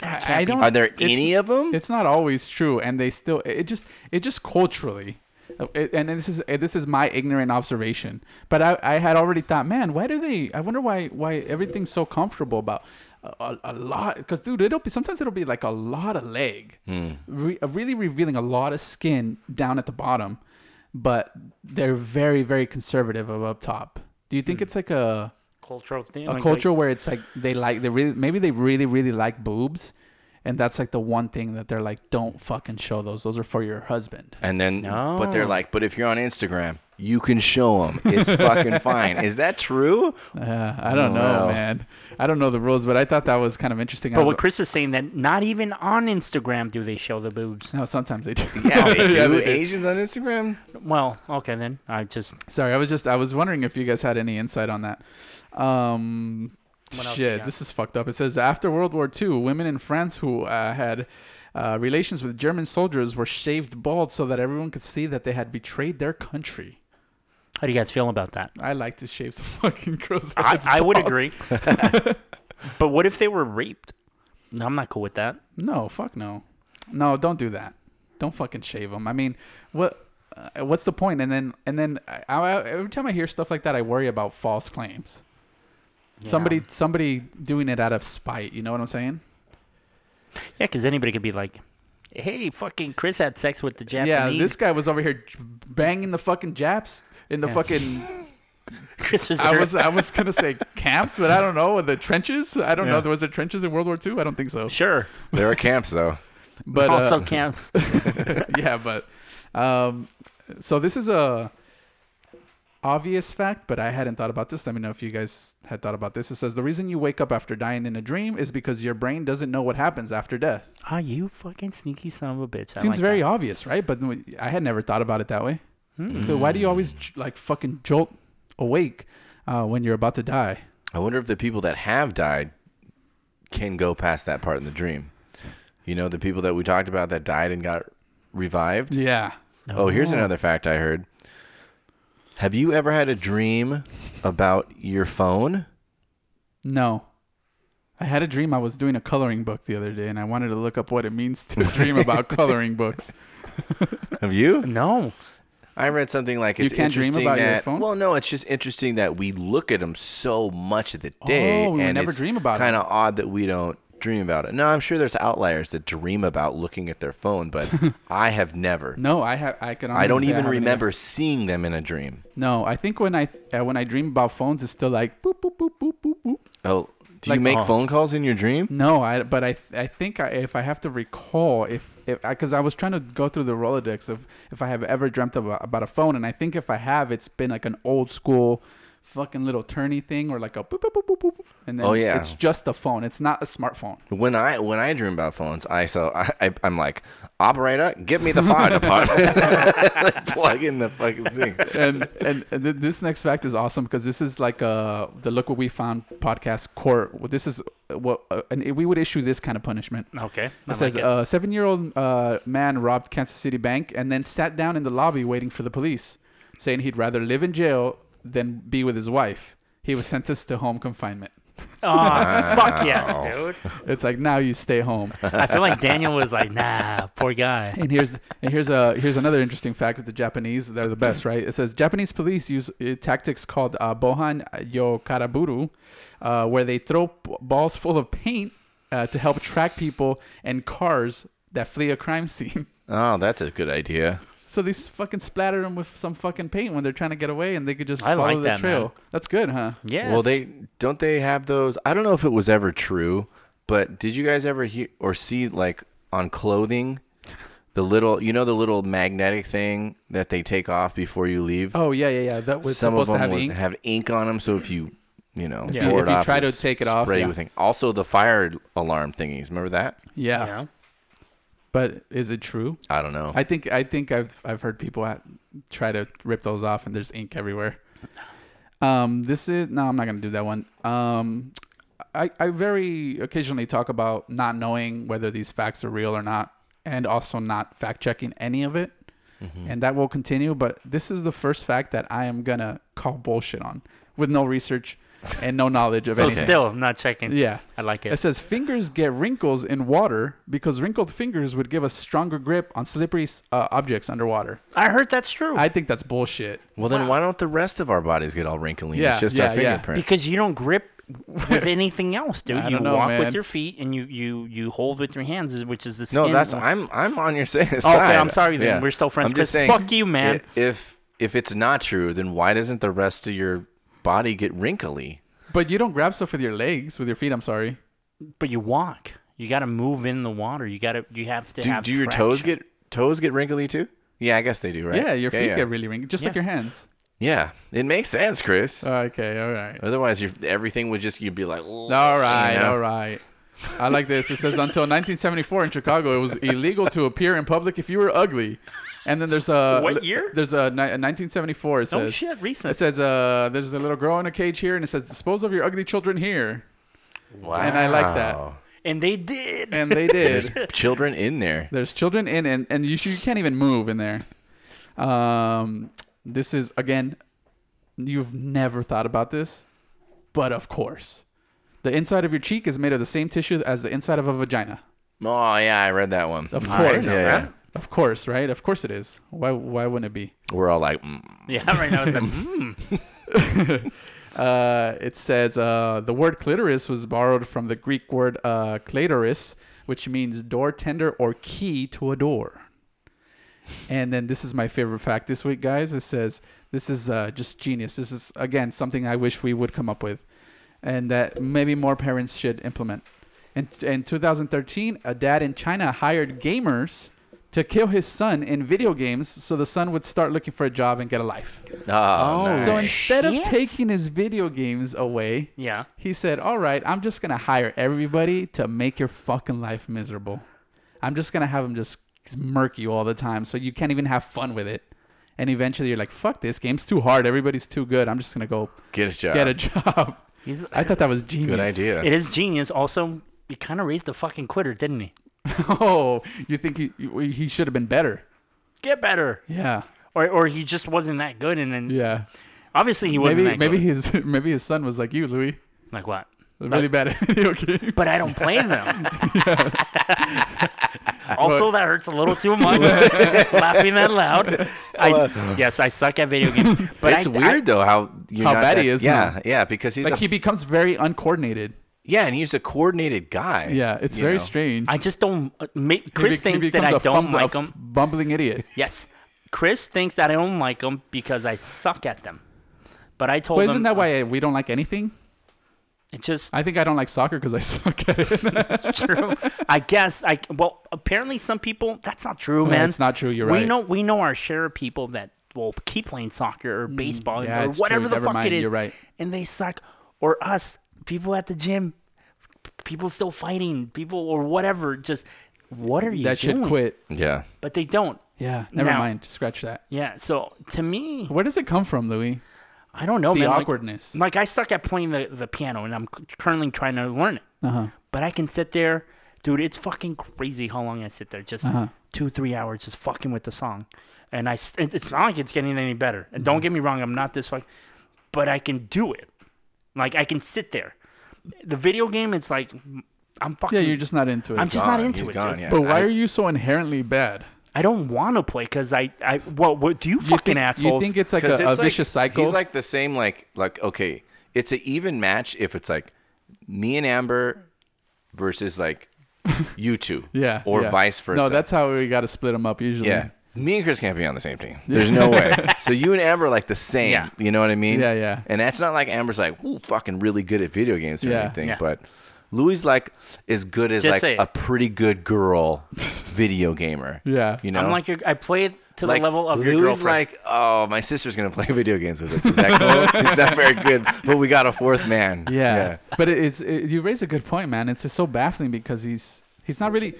B: that
C: I
B: can't be-
C: don't.
A: Are there
C: it's-
A: any of them?
C: It's not always true, and they still. It just. It just culturally. uh, It, and this is uh, this is my ignorant observation, but I, I had already thought, man, why do they? I wonder why why everything's so comfortable about a, a, a lot. Because dude, it'll be sometimes it'll be like a lot of leg, Re, uh, really revealing a lot of skin down at the bottom, but they're very very conservative of up top. Do you think it's like a
B: cultural thing.
C: a
B: like-
C: culture where it's like they like they really maybe they really really like boobs and that's like the one thing that they're like don't fucking show those those are for your husband
A: And then, but they're
B: No.
A: like, but if you're on Instagram, you can show them. It's [laughs] fucking fine. Is that true?
C: uh, i don't know
A: Wow.
C: man i don't know the rules but i thought that was kind of interesting I
B: But
C: was
B: what Chris is saying that not even on Instagram do they show the boobs.
C: like- no sometimes they do [laughs]
A: [laughs] Yeah, they do.
C: they do.
A: Asians on Instagram.
B: Well, okay then. I just
C: sorry i was just i was wondering if you guys had any insight on that um
B: What else you
C: shit
B: got?
C: this is fucked up it says after world war ii women in france who uh, had uh, relations with german soldiers were shaved bald so that everyone could see that they had betrayed their country
B: how do you guys feel about that?
C: I like to shave some [laughs] fucking girls'
B: I,
C: heads
B: I would
C: bald. [laughs]
B: agree. but what if they were raped? No, I'm not cool with that.
C: No, fuck no, no, don't do that. Don't fucking shave them. I mean, what? Uh, what's the point? And then, and then, I, I, every time I hear stuff like that, I worry about false claims. Somebody, somebody doing it out of spite. You know what I'm saying?
B: Yeah, because anybody could be like, "Hey, fucking Chris had sex with the Japanese."
C: Yeah, this guy was over here j- banging the fucking Japs in the
B: Yeah. [laughs]
C: fucking.
B: [laughs] Chris was.
C: I was, I was gonna say camps, but I don't know the trenches. I don't
B: Yeah.
C: know. There was there trenches in World War II? I don't think so.
B: sure,
A: There are camps though.
C: But uh,
B: also
C: [laughs]
B: counts.
C: yeah, but um, so this is a obvious fact, but I hadn't thought about this. Let me know if you guys had thought about this. It says the reason you wake up after dying in a dream is because your brain doesn't know what happens after death.
B: Ah, you fucking sneaky son of a bitch. I
C: Seems
B: like
C: very
B: that.
C: obvious, right? But we- I had never thought about it that way. So
B: Hmm.
C: Why do you always j- like fucking jolt awake uh, when you're about to die?
A: I wonder if the people that have died can go past that part in the dream. You know, the people that we talked about that died and got revived.
C: Yeah.
A: Oh, here's another fact I heard. Have you ever had a dream about your phone?
C: No. I had a dream I was doing a coloring book the other day and I wanted to look up what it
B: [laughs]
C: means to dream about coloring books.
A: Have you?
B: No,
A: I read something like
C: You
A: it's
C: can't dream
A: interesting
C: about your
A: that,
C: phone?
A: Well, no, it's just interesting that we look at them so much of the day,
C: Oh, we would
A: and
C: never dream about it.
A: Kind of odd that we don't dream about it. No, I'm sure there's outliers that dream about looking at their phone,
C: [laughs]
A: but I have never.
C: No, I have I can honestly
A: I don't
C: say
A: even
C: haven't
A: remember seeing them in a dream.
C: No, I think when I th- uh, when I dream about phones, it's still like boop boop boop boop boop boop.
A: Oh, do
C: Like, uh-huh.
A: you make
B: oh.
A: phone calls in your dream?
C: No, I but I th- I think I, if I have to recall if if because I was trying to go through the rolodex of if I have ever dreamt about about a phone, and I think if I have, it's been like an old school fucking little turny thing or like a boop boop boop boop boop, and then
A: Oh, yeah.
C: it's just a phone. It's not a smartphone.
A: When I when I dream about phones, I so I, I I'm like operator, give me the
C: [laughs]
A: fire department. [laughs] like, plug in the fucking thing.
C: and and, and th- this next fact is awesome because this is like uh the look what we found podcast court. This is what uh, and we would issue this kind of punishment.
B: okay. I
C: It
B: like
C: says a
B: it.
C: seven-year-old uh, man robbed Kansas City Bank and then sat down in the lobby waiting for the police, saying he'd rather live in jail than be with his wife. He was sentenced to home confinement.
B: Aw, fuck yes, dude.
C: It's like now you stay home.
B: I feel like Daniel was like, nah, poor guy.
C: And here's and here's a here's another interesting fact with the Japanese. They're the best, right? It says Japanese police use uh, tactics called uh, bohan yokaraburu, uh, where they throw b- balls full of paint uh, to help track people and cars that flee a crime scene. [laughs]
A: Oh, that's a good idea.
C: So they s- fucking splattered them with some fucking paint when they're trying to get away, and they could just
B: I
C: follow
B: like
C: the
B: that, man.
C: trail. That's good, huh?
B: Yes.
A: Well, they don't they have those? I don't know if it was ever true, But did you guys ever hear or see like on clothing the little you know the little magnetic thing that they take off before you leave?
C: Oh yeah, yeah, yeah. That was
A: Some of
C: supposed
A: them
C: to have
A: was,
C: ink.
A: have ink on them, so if you you know
C: you-
A: tore
C: if
A: it
C: you
A: off,
C: try
A: it'd
C: to take it off,
A: spray you
C: yeah.
A: with ink. Also, the fire alarm thingies. Remember that?
C: yeah.
B: Yeah.
C: but is it true?
A: I don't know.
C: I think I think I've I've heard people at, try to rip those off, and there's ink everywhere. Um, this is no, I'm not gonna do that one. Um, I I very occasionally talk about not knowing whether these facts are real or not, and also not fact checking any of it, and that will continue. But this is the first fact that I am gonna call bullshit on with no research and no knowledge of
B: So
C: anything.
B: still, I'm not checking.
C: yeah.
B: I like
C: It
B: it.
C: says fingers get wrinkles in water because wrinkled fingers would give a stronger grip on slippery uh, objects underwater.
B: I heard that's true.
C: I think that's bullshit.
A: well, then why don't the rest of our bodies get all wrinkly?
C: Yeah,
A: it's just
C: yeah,
A: our
C: yeah.
A: fingerprint.
B: because you don't grip with anything else, dude.
C: I
B: you
C: don't know,
B: walk
C: man.
B: with your feet and you you you hold with your hands, is- which is the skin.
A: No, that's
B: one.
A: I'm I'm on your [laughs] sa- side.
B: Okay, I'm sorry, then.
A: Yeah.
B: We're still friends,
A: I'm just
B: Chris.
A: saying,
B: Fuck you, man.
A: i- If if it's not true, then why doesn't the rest of your body get wrinkly?
C: But you don't grab stuff with your legs, with your feet. I'm sorry.
B: But you walk. You got to move in the water. You got to. You have to
A: Do,
B: have.
A: do your toes
B: traction.
A: get toes get wrinkly too? Yeah, I guess they do, right?
C: Yeah, your feet
A: yeah.
C: get really wrinkled, just like
B: Yeah.
C: your hands.
A: Yeah, it makes sense, Chris.
C: Uh, Okay, all right,
A: Otherwise, you everything would just you'd be like, "Ugh,"
C: all right,
A: you Uh, know?
C: all right. I like this. It says until 1974 in Chicago, it was illegal to appear in public if you were ugly. And then there's a
B: What year?
C: There's a, ni- a 1974. It
B: No
C: says
B: Oh, shit.
C: it
B: Recent.
C: says uh, there's a little girl in a cage here, and it says dispose of your ugly children here.
A: Wow.
C: And I like that.
B: And they did.
C: and they did.
A: There's children in
C: [laughs]
A: there.
C: There's children in, and and you, sh- you can't even move in there. Um, this is again, you've never thought about this, but of course, the inside of your cheek is made of the same tissue as the inside of a vagina.
A: Oh yeah, I read that one.
C: Of
B: Nice.
C: course,
A: Yeah, yeah.
C: of course, right? Of course it is. Why why wouldn't it be?
A: We're all like, mm.
B: [laughs] yeah. Right now it's like.
C: [laughs]
B: Mm.
C: Uh, it says uh, the word clitoris was borrowed from the Greek word uh, clitoris, which means door tender or key to a door. And then this is my favorite fact this week, guys. It says this is uh, just genius. This is again something I wish we would come up with, and that maybe more parents should implement. In, in 2013, a dad in China hired gamers to kill his son in video games, so the son would start looking for a job and get a life.
A: oh, nice.
C: So instead
B: Shit.
C: of taking his video games away,
B: Yeah.
C: he said, "All right, I'm just gonna hire everybody to make your fucking life miserable. I'm just gonna have them just murk you all the time, so you can't even have fun with it. And eventually, you're like, fuck this game's too hard. Everybody's too good. I'm just gonna go
A: get a job.
C: get a [laughs] job."
B: He's,
C: I thought that was genius.
A: Good idea.
B: it is genius. Also, he kind of raised a fucking quitter, didn't he?
C: [laughs] oh, you think he you- he should have been better?
B: Get better,
C: Yeah,
B: or or he just wasn't that good, and then
C: yeah.
B: obviously he wasn't
C: Maybe
B: that
C: maybe
B: good.
C: his [laughs] maybe his son was like you, Louis,
B: like what?
C: really bad [laughs] at video games.
B: But I don't play them.
C: [laughs]
B: [laughs] also, that hurts a little too
C: [laughs]
B: much. laughing that loud.
C: uh,
B: I, yes, I suck at video
C: [laughs]
B: games. But
A: it's
B: I, I-
A: weird though how you're
C: How
A: not
C: bad
A: that-
C: he is,
A: Yeah,
C: huh?
A: yeah, because he's
C: Like
A: a,
C: he becomes very uncoordinated.
A: yeah, and he's a coordinated guy.
C: Yeah, it's
A: you
C: very
A: know?
C: strange.
B: I just don't. uh, Make,
C: He
B: Chris
C: bec- he
B: thinks that
C: becomes
B: I
C: a
B: don't
C: fumb- a
B: like
C: f-
B: them.
C: Bumbling idiot.
B: Yes, Chris thinks that I don't like them because I suck at them. But I told
C: Well,
B: him
C: isn't that why we don't like anything?
B: it just [laughs]
C: I think I don't like soccer because I [laughs] suck at it.
B: true. I guess I well apparently some people that's not true, man.
C: it's not true. You're
B: we
C: right.
B: know we know our share of people that will keep playing soccer or baseball
C: Mm, yeah,
B: or
C: it's
B: whatever
C: true.
B: the
C: Never
B: fuck it
C: mind,
B: is,
C: you're right.
B: and they suck. Or us, people at the gym, p- people still fighting, people or whatever. Just what are you
C: that
B: doing?
C: should quit.
A: Yeah,
B: But they don't.
C: Yeah, never
B: Now-
C: mind. Scratch that.
B: Yeah. So to me,
C: Where does it come from, Louis?
B: I don't know.
C: The
B: Oh, man, like-
C: awkwardness.
B: Like, I suck at playing the, the piano, and I'm c- currently trying to learn it.
C: Uh-huh.
B: But I can sit there, dude. It's fucking crazy how long I sit there, just
C: Uh-huh.
B: two three hours, just fucking with the song. And I, s- it- it's not like it's getting any better. And
C: Mm-hmm.
B: don't get me wrong, I'm not this fuck, but I can do it. Like I can sit there. The video game, it's like I'm fucking.
C: yeah, you're just not into it.
B: I'm just not
A: Gone.
B: into
A: He's
B: it.
A: gone,
B: dude.
A: yeah.
C: but why
A: I-
C: are you so inherently bad?
B: I don't want to play because I, I, well, what do you,
C: You
B: fucking
C: think,
B: assholes?
C: You think it's like a,
A: 'Cause
C: a
A: it's like-
C: vicious cycle?
A: He's like the same, like like okay, it's an even match if it's like me and Amber versus like you two,
C: [laughs] yeah.
A: or
C: yeah.
A: vice versa.
C: No, that's how we got to split them up usually.
A: yeah. Me and Chris can't be on the same team. There's no way. So you and Amber are like the same.
B: Yeah.
A: You know what I mean?
C: Yeah, yeah.
A: And that's not like Amber's like, ooh, fucking really good at video games or
C: Yeah.
A: anything.
B: Yeah.
A: But Louie's like as good as
B: Just
A: like
B: say it.
A: a pretty good girl video gamer.
C: Yeah.
A: You know?
B: I'm like, your, I play it to
A: Like,
B: the level of your
A: Louis
B: girlfriend.
A: like, oh, my sister's gonna play [laughs] video games with us. Is that cool? She's not very good, but we got a fourth man.
C: Yeah. But it- it's it, you raise a good point, man. It's just so baffling because he's he's not really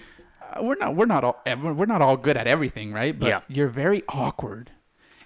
C: uh, we're not we're not all ev- we're not all good at everything, right? But
B: Yeah.
C: you're very awkward.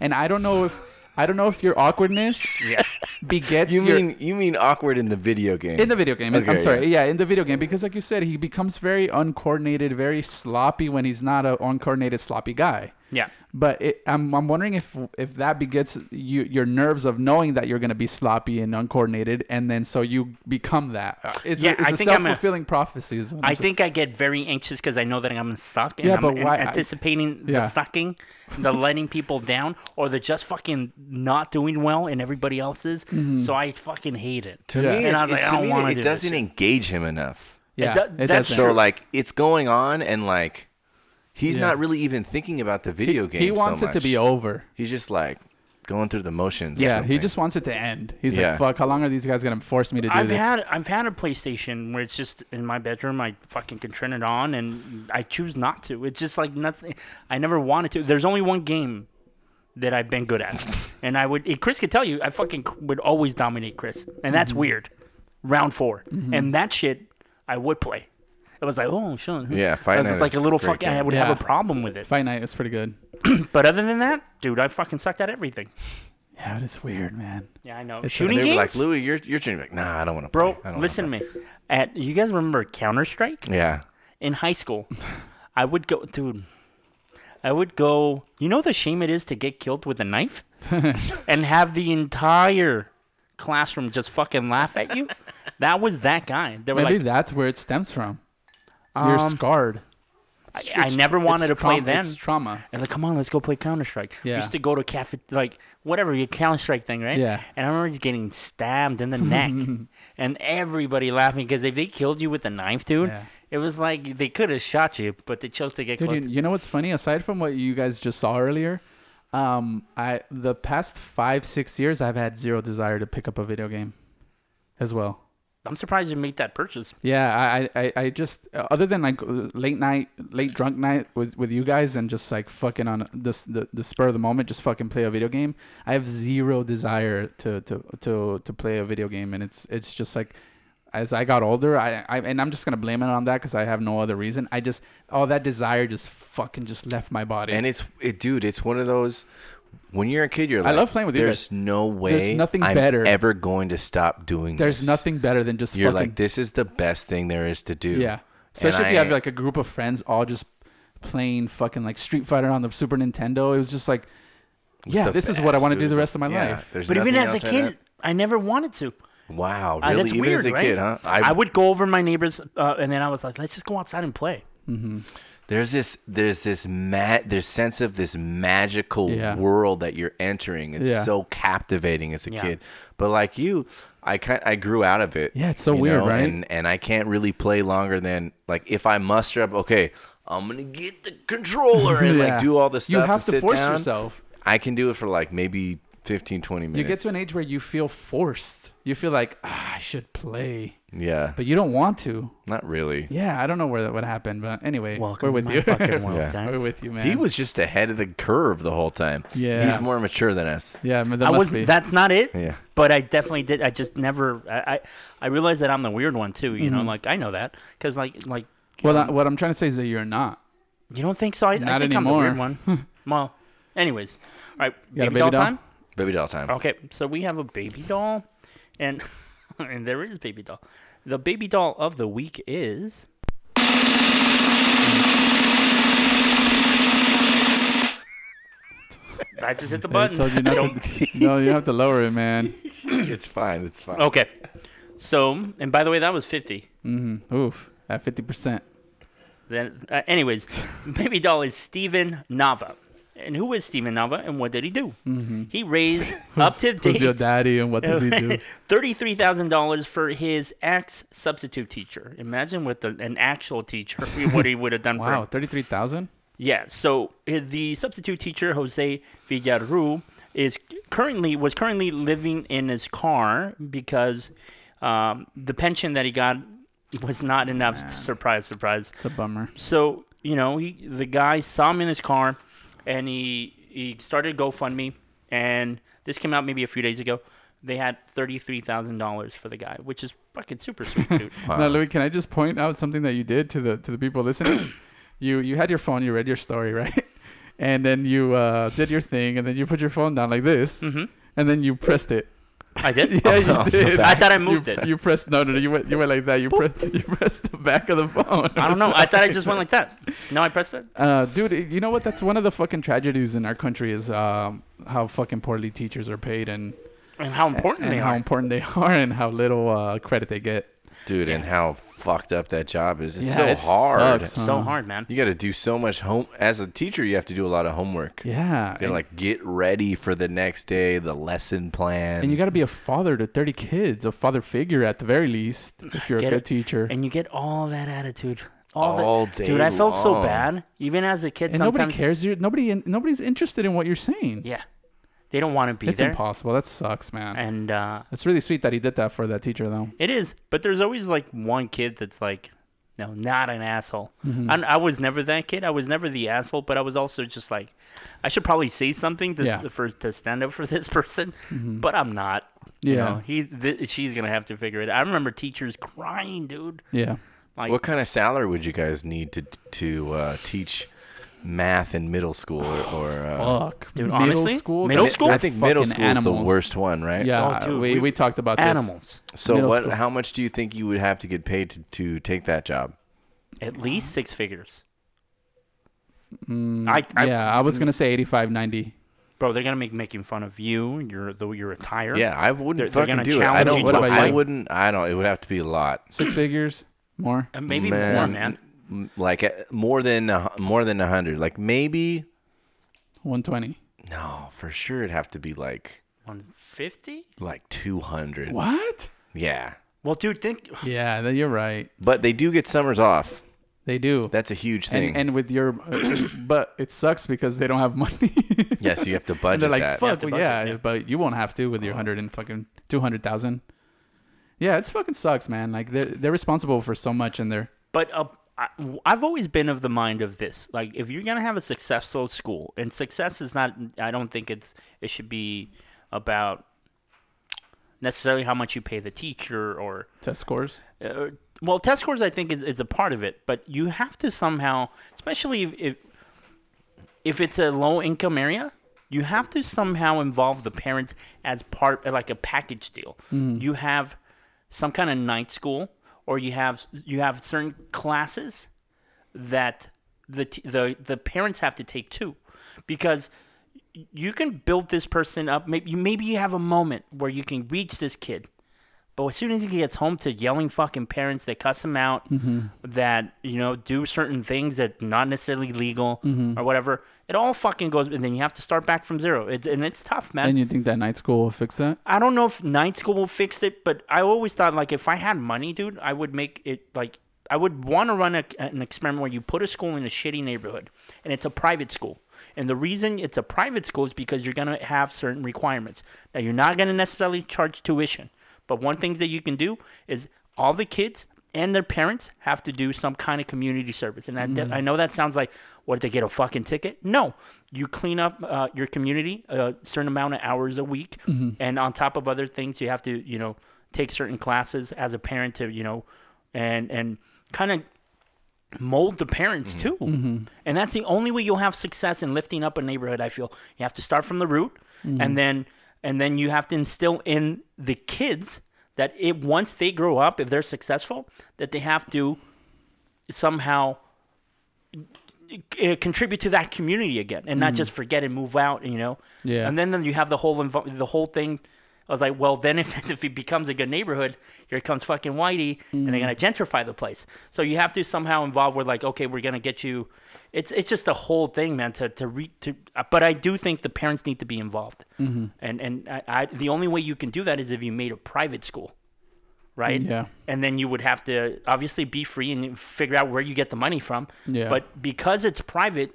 C: And I don't know if I don't know if your awkwardness
B: yeah.
C: begets
A: You
C: your
A: mean you mean awkward in the video game?
C: in the video game. I'm
A: Okay,
C: sorry. Yeah. in the video game because like you said he becomes very uncoordinated, very sloppy when he's not a uncoordinated sloppy guy.
B: Yeah.
C: But it, I'm I'm wondering if if that begets you your nerves of knowing that you're going to be sloppy and uncoordinated, and then so you become that. Uh, It's
B: Yeah,
C: a, it's
B: I
C: a
B: think I'm a-
C: self-fulfilling prophecy. is what
B: I
C: I'm saying.
B: think I get very anxious because I know that I'm gonna suck, and
C: Yeah,
B: I'm
C: but
B: an-
C: why-
B: anticipating
C: yeah.
B: the sucking,
C: [laughs]
B: the letting people down, or the just fucking not doing well and everybody else's.
C: Mm-hmm.
B: So I fucking hate it.
A: to me,
B: and
A: it,
B: I was like,
A: it-
B: I
A: to
B: don't
A: me,
B: wanna
A: it
B: do this
A: doesn't
B: shit.
A: engage him enough.
C: yeah,
B: do-
C: it
B: that's
C: doesn't.
A: So
B: Sure.
A: like, it's going on, and like, he's
C: Yeah.
A: not really even thinking about the video game.
C: he wants
A: so
C: it to be
A: much.
C: over.
A: He's just like going through the motions. or
C: Yeah, he
A: something.
C: just wants it to end. He's
A: Yeah.
C: like, "Fuck! How long are these guys going to force me to do
B: I've
C: this?"
B: had I've had a PlayStation where it's just in my bedroom. I fucking can turn it on, and I choose not to. It's just like nothing. I never wanted to. There's only one game that I've been
A: [laughs]
B: good at, and I would. And Chris could tell you, I fucking would always dominate Chris, and
A: Mm-hmm.
B: that's weird. Round 4 and that shit I would play. It was like, oh, sure.
A: Yeah, Fight
B: It
A: Night
B: was like a
A: is
B: little
A: great
B: fucking. I
A: game.
B: would have a
C: Yeah.
B: problem with it.
C: Fight Night was pretty good.
B: But other than that, dude, I fucking sucked at everything.
C: Yeah, but it's weird, man.
B: Yeah, I know.
C: It's-
A: And
B: Shooting
A: they were like,
B: games,
A: Louis, you're you're turning like, nah, I don't want to.
B: bro. Listen to me. At you guys remember Counter Strike?
A: Yeah.
B: in high school, I would go, dude. I would go. You know the shame it is to get killed with a
C: [laughs]
B: knife, and have the entire classroom just fucking laugh at you. That was that guy. They were
C: Maybe
B: like,
C: that's where it stems from. You're
B: um,
C: scarred.
B: I- I never wanted to
C: It's
B: play
C: traum-
B: then.
C: It's trauma.
B: And like, come on, let's go play Counter Strike. We
C: Yeah.
B: used to go to cafe, like whatever your Counter Strike thing, right?
C: Yeah.
B: And I remember just getting stabbed in the
C: [laughs]
B: neck, and everybody laughing because if they killed you with a knife, dude,
C: Yeah.
B: it was like they could have shot you, but they chose to get
C: Dude,
B: close.
C: you,
B: to-
C: you know what's funny? Aside from what you guys just saw earlier, um, I the past five six years I've had zero desire to pick up a video game, as well.
B: I'm surprised you made that purchase.
C: Yeah, I I, I- I just other than like uh, late night, late drunk night with with you guys, and just like fucking on this the, the spur of the moment, just fucking play a video game. I have zero desire to to to to play a video game, and it's it's just like. As I got older, I, I and I'm just gonna blame it on that because I have no other reason. I just all that desire just fucking just left my body.
A: And it's it, dude. It's one of those. When you're a kid, you're
C: I
A: like,
C: love playing with you
A: There's no way.
C: nothing
A: I'm
C: better.
A: Ever going to stop doing?
C: There's
A: this."
C: nothing better than just
A: You're
C: fucking
A: like, this is the best thing there is to do.
C: yeah. Especially if you have like a group of friends all just playing fucking like Street Fighter on the Super Nintendo. It was just like, yeah, this is what I want to do the rest of my life.
B: But even as a kid, I never wanted to.
A: wow,
B: Uh,
A: really?
B: that's
A: even
B: weird,
A: as a
B: right?
A: kid, huh?
B: I, would go over my neighbors, uh, and then I was like, "Let's just go outside and play."
A: there's this there's this ma- there's sense of this magical
C: Yeah.
A: world that you're entering it's
C: Yeah.
A: so captivating as a
B: Yeah.
A: kid but like you i kind i grew out of it
C: Yeah, it's so
A: you
C: weird, right?
A: and and i can't really play longer than like if i muster up okay i'm gonna get the controller and
C: [laughs] Yeah.
A: like do all the stuff
C: You
A: and
C: have to
A: sit
C: force
A: down.
C: yourself.
A: i can do it for like maybe 15 20 minutes
C: You get to an age where you feel forced. You feel like ah, I should play,
A: yeah
C: but you don't want to.
A: not really
C: Yeah, I don't know where that would happen, but anyway,
B: Welcome
C: we're with
B: to my
C: you. [laughs]
B: fucking
A: [laughs]
B: world,
A: Yeah.
B: guys.
C: we're with you, man.
A: he was just ahead of the curve the whole time
C: Yeah.
A: he's more mature than us
C: Yeah, I mean, that
B: I
C: must
B: was.
C: be.
B: That's not it.
A: Yeah.
B: But I definitely did. I just never. I I, I realized that I'm the weird one too. You
A: Mm-hmm.
B: know, like I know that because like like
C: well, I, what I'm trying to say is that you're not.
B: you don't think so. I, I
C: Not
B: think I'm the weird
C: anymore. [laughs]
B: one. well, anyways, all right.
C: got a
B: doll
C: baby doll?
B: time.
A: baby doll time
B: Okay, so we have a baby doll, and [laughs] and there is baby doll. The baby doll of the week is. I just hit the
C: [laughs] I
B: button.
C: told
A: [laughs]
C: you not to. no, you have to lower it, man.
A: [clears throat]
C: [laughs]
A: it's fine it's fine
B: [laughs] Okay, so and by the way, that was fifty.
C: Mm-hmm. Oof, at fifty percent.
B: Then, uh,
C: [laughs]
B: anyways, baby doll is Steven Nava. And who is Steven Nava and what did he do? He
C: [laughs]
B: raised up to
C: Mm-hmm. Who's your
B: date
C: daddy and what does he
B: [laughs]
C: do?
B: $33,000 for his ex substitute teacher. Imagine what the, an actual teacher, [laughs] what he would have done for
C: Wow,
B: him.
C: thirty-three thousand.
B: Yeah, so uh, the substitute teacher, Jose Villarru, is currently, was currently living in his car because um, the pension that he got was not enough. Surprise, surprise.
C: It's a bummer.
B: So you know, he, the guy saw him in his car, and he he started GoFundMe, and this came out maybe a few days ago. They had thirty three thousand dollars for the guy, which is fucking super sweet,
C: [laughs]
B: dude.
C: Now, Louis, can I just point out something that you did to the to the people listening? you you had your phone, you read your story, [laughs] right? And then you uh, did your thing, and then you put your phone down like this,
B: hmm
C: and then you pressed it.
B: I did.
C: [laughs]
B: Oh,
C: Yeah, you did.
B: I thought I moved
C: you, [laughs]
B: it.
C: You pressed no, no, no. You went, you went like that. You pressed, [laughs] you pressed the back of the phone.
B: I don't know. I thought I just went like that. No, I pressed it.
C: [laughs] Uh, dude, you know what? That's one of the fucking tragedies in our country is um, how fucking poorly teachers are paid and
B: And how important
C: and
B: they
C: how
B: are.
C: important they [laughs] are and how little uh, credit they get.
A: dude, and how fucked up that job is. It's
C: Yeah,
A: so
C: it
A: hard.
C: sucks.
B: so
C: Uh,
B: hard, man.
A: You got to do so much home. As a teacher, you have to do a lot of homework.
C: Yeah,
A: You gotta,
C: and,
A: like get ready for the next day, the lesson plan.
C: and you got to be a father to thirty kids, a father figure at the very
B: [laughs]
C: least, if you're a
B: Get it.
C: good teacher. And,
B: And you get all that attitude. All,
A: All
B: that.
A: day
B: Dude, I felt so
A: long.
B: bad. Even as a kid, sometimes.
C: nobody cares. You're, nobody, in- nobody's interested in what you're saying.
B: Yeah. They don't want to be
C: it's
B: there.
C: impossible. That sucks, man.
B: And uh,
C: It's really sweet that he did that for that teacher, though.
B: it is. But there's always like one kid that's like, no, not an asshole.
C: Mm-hmm.
B: And I, was never that kid. I was never the asshole, but I was also just like, I should probably say something to,
C: Yeah. Mm-hmm.
B: s for, to stand up for this [laughs] person, but I'm not. You
C: Yeah.
B: know, he's th- she's gonna have to figure it. out. I remember teachers crying, dude.
C: Yeah.
B: Like,
A: what kind of salary would you guys need to to uh, teach math in middle school or? or uh,
C: Fuck,
B: Dude,
C: middle
B: honestly,
C: school.
B: middle
C: they're
B: school?
A: I think middle
C: fucking
A: school is the
C: animals.
A: worst one, right?
C: Yeah,
B: Oh, dude,
C: we,
B: we-
C: we talked about this.
B: animals.
A: So
C: Middle
A: what?
C: school.
A: How much do you think you would have to get paid to, to take that job?
B: At least six figures.
C: Mm,
B: I- I- Mm.
C: yeah, I was gonna say 85, 90.
B: Bro, they're gonna make making fun of you, your the, your attire.
A: Yeah, I wouldn't
B: They're- they're
A: fucking
B: gonna
A: do it. I
B: challenge
A: don't.
C: you to a
A: I
C: fight.
A: wouldn't. I don't. It would have to be a lot.
C: Six figures, more.
B: Uh, Maybe more, man.
A: m- Like uh, more than a hu- more than a hundred. Like maybe
C: 120.
A: no, for sure it'd have to be like
B: One fifty?
A: like two hundred.
C: What?
A: Yeah,
B: Well, dude, think
C: Yeah, th- you're right.
A: but they do get summers off.
C: They do.
A: That's a huge thing.
C: and,
A: [laughs]
C: and with your, uh,
A: [clears throat]
C: but it sucks because they don't have money. [laughs]
A: yeah, so you have to
C: and they're
A: budget
C: like,
A: that.
C: fuck,
B: to
C: well,
B: budget,
C: yeah, Uh-huh.
B: yeah.
C: but you won't have to with your hundred and fucking two hundred thousand. Yeah, it's fucking sucks, man. Like they're they're responsible for so much, and they're
B: But uh, I, I've always been of the mind of this: like, if you're gonna have a successful school, and success is not, I don't think it's it should be about necessarily how much you pay the teacher or
C: test scores.
B: uh, well, test scores I think is, is a part of it, but you have to somehow, especially if, if if it's a low income area, you have to somehow involve the parents as part like a package deal. You have some kind of night school, or you have you have certain classes that the t- the the parents have to take too, because you can build this person up. Maybe you maybe you have a moment where you can reach this kid, but as soon as he gets home to yelling fucking parents that cuss him out, that you know do certain things that not necessarily legal or whatever, it all fucking goes. And then you have to start back from zero. It's and it's tough, man.
C: And you think that night school will fix that?
B: I don't know if night school will fix it, but I always thought like if I had money, dude, I would make it like I would want to run a, an experiment where you put a school in a shitty neighborhood and it's a private school. And the reason it's a private school is because you're going to have certain requirements. Now you're not going to necessarily charge tuition, but one thing that you can do is all the kids and their parents have to do some kind of community service. And I, I know that sounds like, what, did they get a fucking ticket? No. You clean up uh, your community a certain amount of hours a week. And on top of other things, you have to, you know, take certain classes as a parent to, you know, and, and kind of mold the parents too. And that's the only way you'll have success in lifting up a neighborhood, I feel. You have to start from the root and then and then you have to instill in the kids that it once they grow up, if they're successful, that they have to somehow uh, contribute to that community again and not just forget and move out, you know.
C: Mm. Yeah.
B: And then, then you have the whole invo- the whole thing I was like, well, then [laughs] if, if it becomes a good neighborhood, here comes fucking Whitey, and
C: Mm.
B: they're gonna gentrify the place. So you have to somehow involve with like, okay, we're gonna get you. It's it's just the whole thing, man. To to re to, uh, but I do think the parents need to be involved, mm-hmm. and and I, I the only way you can do that is if you made a private school, right?
C: Yeah.
B: And then you would have to obviously be free and figure out where you get the money from.
C: Yeah.
B: But because it's private,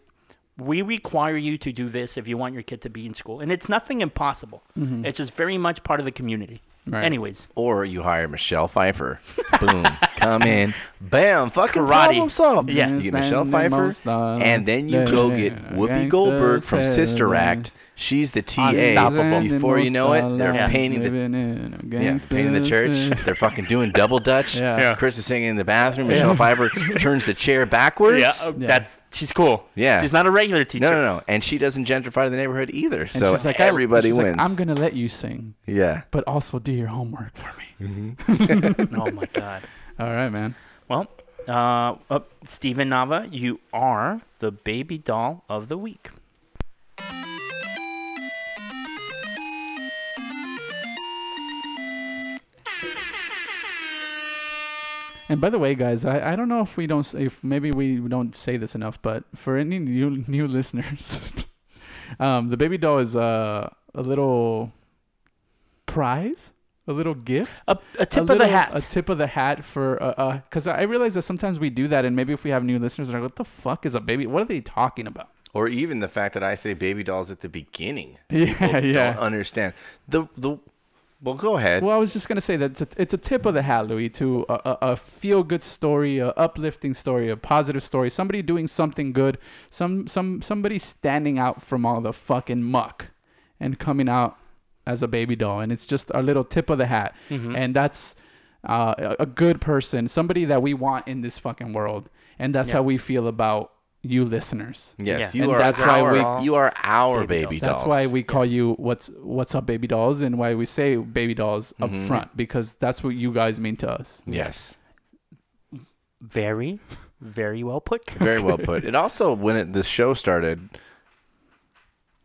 B: we require you to do this if you want your kid to be in school. And it's nothing impossible. It's just very much part of the community.
C: Mm-hmm. Right.
B: Anyways,
A: Or you hire Michelle
C: [laughs]
A: Pfeiffer. Boom. Come in. Bam. Fucking
B: Karate.
A: problem solved.
B: Yeah.
A: You get Michelle Pfeiffer. And then you go get Whoopi Goldberg from Sister Act. She's the TA.
C: Unstoppable.
A: Before you know it, they're
B: Yeah.
A: painting the yeah, painting the church. They're fucking doing double dutch.
C: Yeah.
B: Yeah.
A: Chris is singing in the bathroom. Michelle
C: [laughs]
A: Pfeiffer turns the chair backwards.
B: yeah, oh, that's she's cool.
A: uh, Yeah.
B: she's not a regular teacher.
A: No, no, no. And she doesn't gentrify the neighborhood either.
C: [laughs] And
A: so
C: she's like, I-
A: everybody
C: she's like,
A: wins.
C: I'm gonna let you sing,
A: yeah.
C: but also do your homework for
A: [laughs]
C: me.
B: Oh my god.
C: All right, man.
B: Well, uh, uh, Stephen Nava, you are the baby doll of the week.
C: And by the way, guys, I, I don't know if we don't s- if maybe we don't say this enough, but for any new [laughs] new listeners, [laughs] um, the baby doll is uh, a little prize, a little gift,
B: A, a tip
C: a
B: of
C: little-
B: the hat.
C: a tip of the hat for uh, because I realize that sometimes we do that, and maybe if we have new listeners, they're like, "What the fuck is a baby? What are they talking about?"
A: Or even the fact that I say baby dolls at the beginning.
C: [laughs] Yeah, yeah.
A: Don't understand. The the well, go ahead.
C: Well, I was just gonna say that it's a, it's a tip of the hat, Louis, to a, a, a feel good story, a uplifting story, a positive story. Somebody doing something good, some some somebody standing out from all the fucking muck, and coming out as a baby doll, and it's just a little tip of the hat, and that's uh, a- a good person, somebody that we want in this fucking world, and that's
B: Yeah.
C: how we feel about you listeners.
A: yes,
B: yeah.
A: you
C: And
A: are
C: that's why
A: our
B: we-
A: you are our
B: Baby
A: baby, dolls.
C: That's why we call you what's what's up, baby dolls, and why we say baby dolls up front because that's what you guys mean to us.
A: Mm-hmm. Yes.
B: very, very well put.
A: Very well put. It also when it, the show started,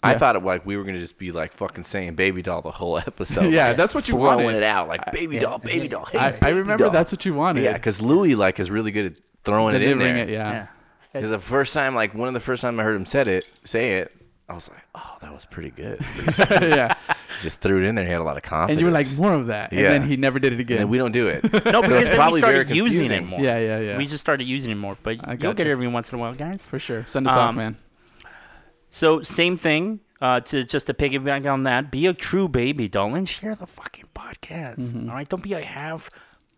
A: I
C: Yeah.
A: thought it like we were gonna just be like fucking saying baby doll the whole [laughs] episode.
C: [laughs] Yeah,
A: Like,
C: that's what you
A: throwing
C: wanted.
A: it out like baby doll, baby doll. Hey,
C: I, I
A: baby
C: remember
A: doll.
C: that's what you wanted.
A: yeah, because Louis like is really good at throwing it in
C: delivering
A: there.
C: it. Yeah.
B: Yeah.
A: The first time, like one of the first time I heard him said it, say it, I was like, oh, that was pretty good. [laughs] Pretty sweet.
C: [laughs] yeah.
A: [laughs] just threw it in there. He had a lot of confidence.
C: And you were like more of that, and
A: Yeah.
C: then he never did it
A: and
C: again.
A: then we don't do it.
B: No, because then we
A: probably very
B: started using it
A: confusing.
B: more.
C: yeah, yeah, yeah.
B: We just started using it more, but
C: I
B: you'll get
C: gotcha.
B: it every once in a while, guys.
C: for sure. Send us off,
B: Um,
C: man.
B: So same thing. Uh, to just to piggyback on that, be a true baby doll and share the fucking podcast.
C: Mm-hmm.
B: all right, don't be a half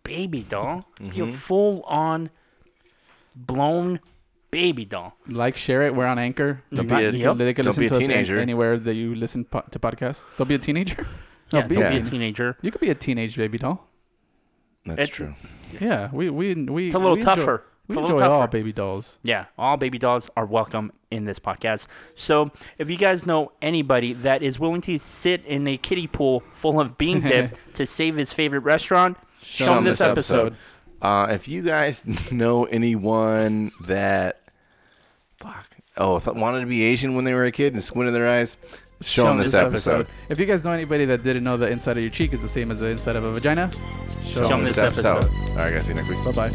B: baby doll. Be a full on, blown baby doll.
C: Like, share it. We're on Anchor.
A: Don't be
C: You can-
A: a-
C: you
B: yep.
C: can- They can
A: don't
C: listen
A: be a
C: to us an-
A: teenager.
C: anywhere that you listen po- to podcasts. Don't be a teenager. [laughs] No,
B: yeah,
C: be
B: don't
C: a
B: be
C: teen-
B: a teenager.
C: You could be a teenage baby doll.
A: That's
B: It-
A: true.
C: Yeah, we we we.
B: It's a little
C: we enjoy-
B: tougher. it's
C: We
B: a
C: enjoy
B: little
C: all
B: tougher.
C: baby dolls.
B: Yeah, all baby dolls are welcome in this podcast. So, if you guys know anybody that is willing to sit in a kiddie pool full of [laughs] bean dip to save his favorite restaurant, show, him this episode.
A: Uh, if you guys [laughs] know anyone that, fuck, oh, th- wanted to be Asian when they were a kid and squinted their eyes, show, them this, episode.
C: If you guys know anybody that didn't know the inside of your cheek is the same as the inside of a vagina, show,
B: Show 'em
C: them
B: this episode.
A: All right, guys, see you next week.
C: Bye bye.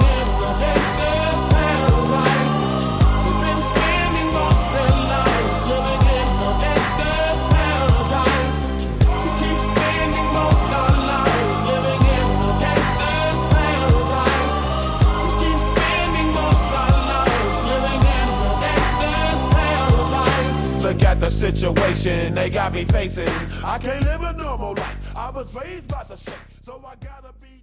D: Look at the situation they got me facing. I can't live a normal life. I was raised by the state, so I gotta be.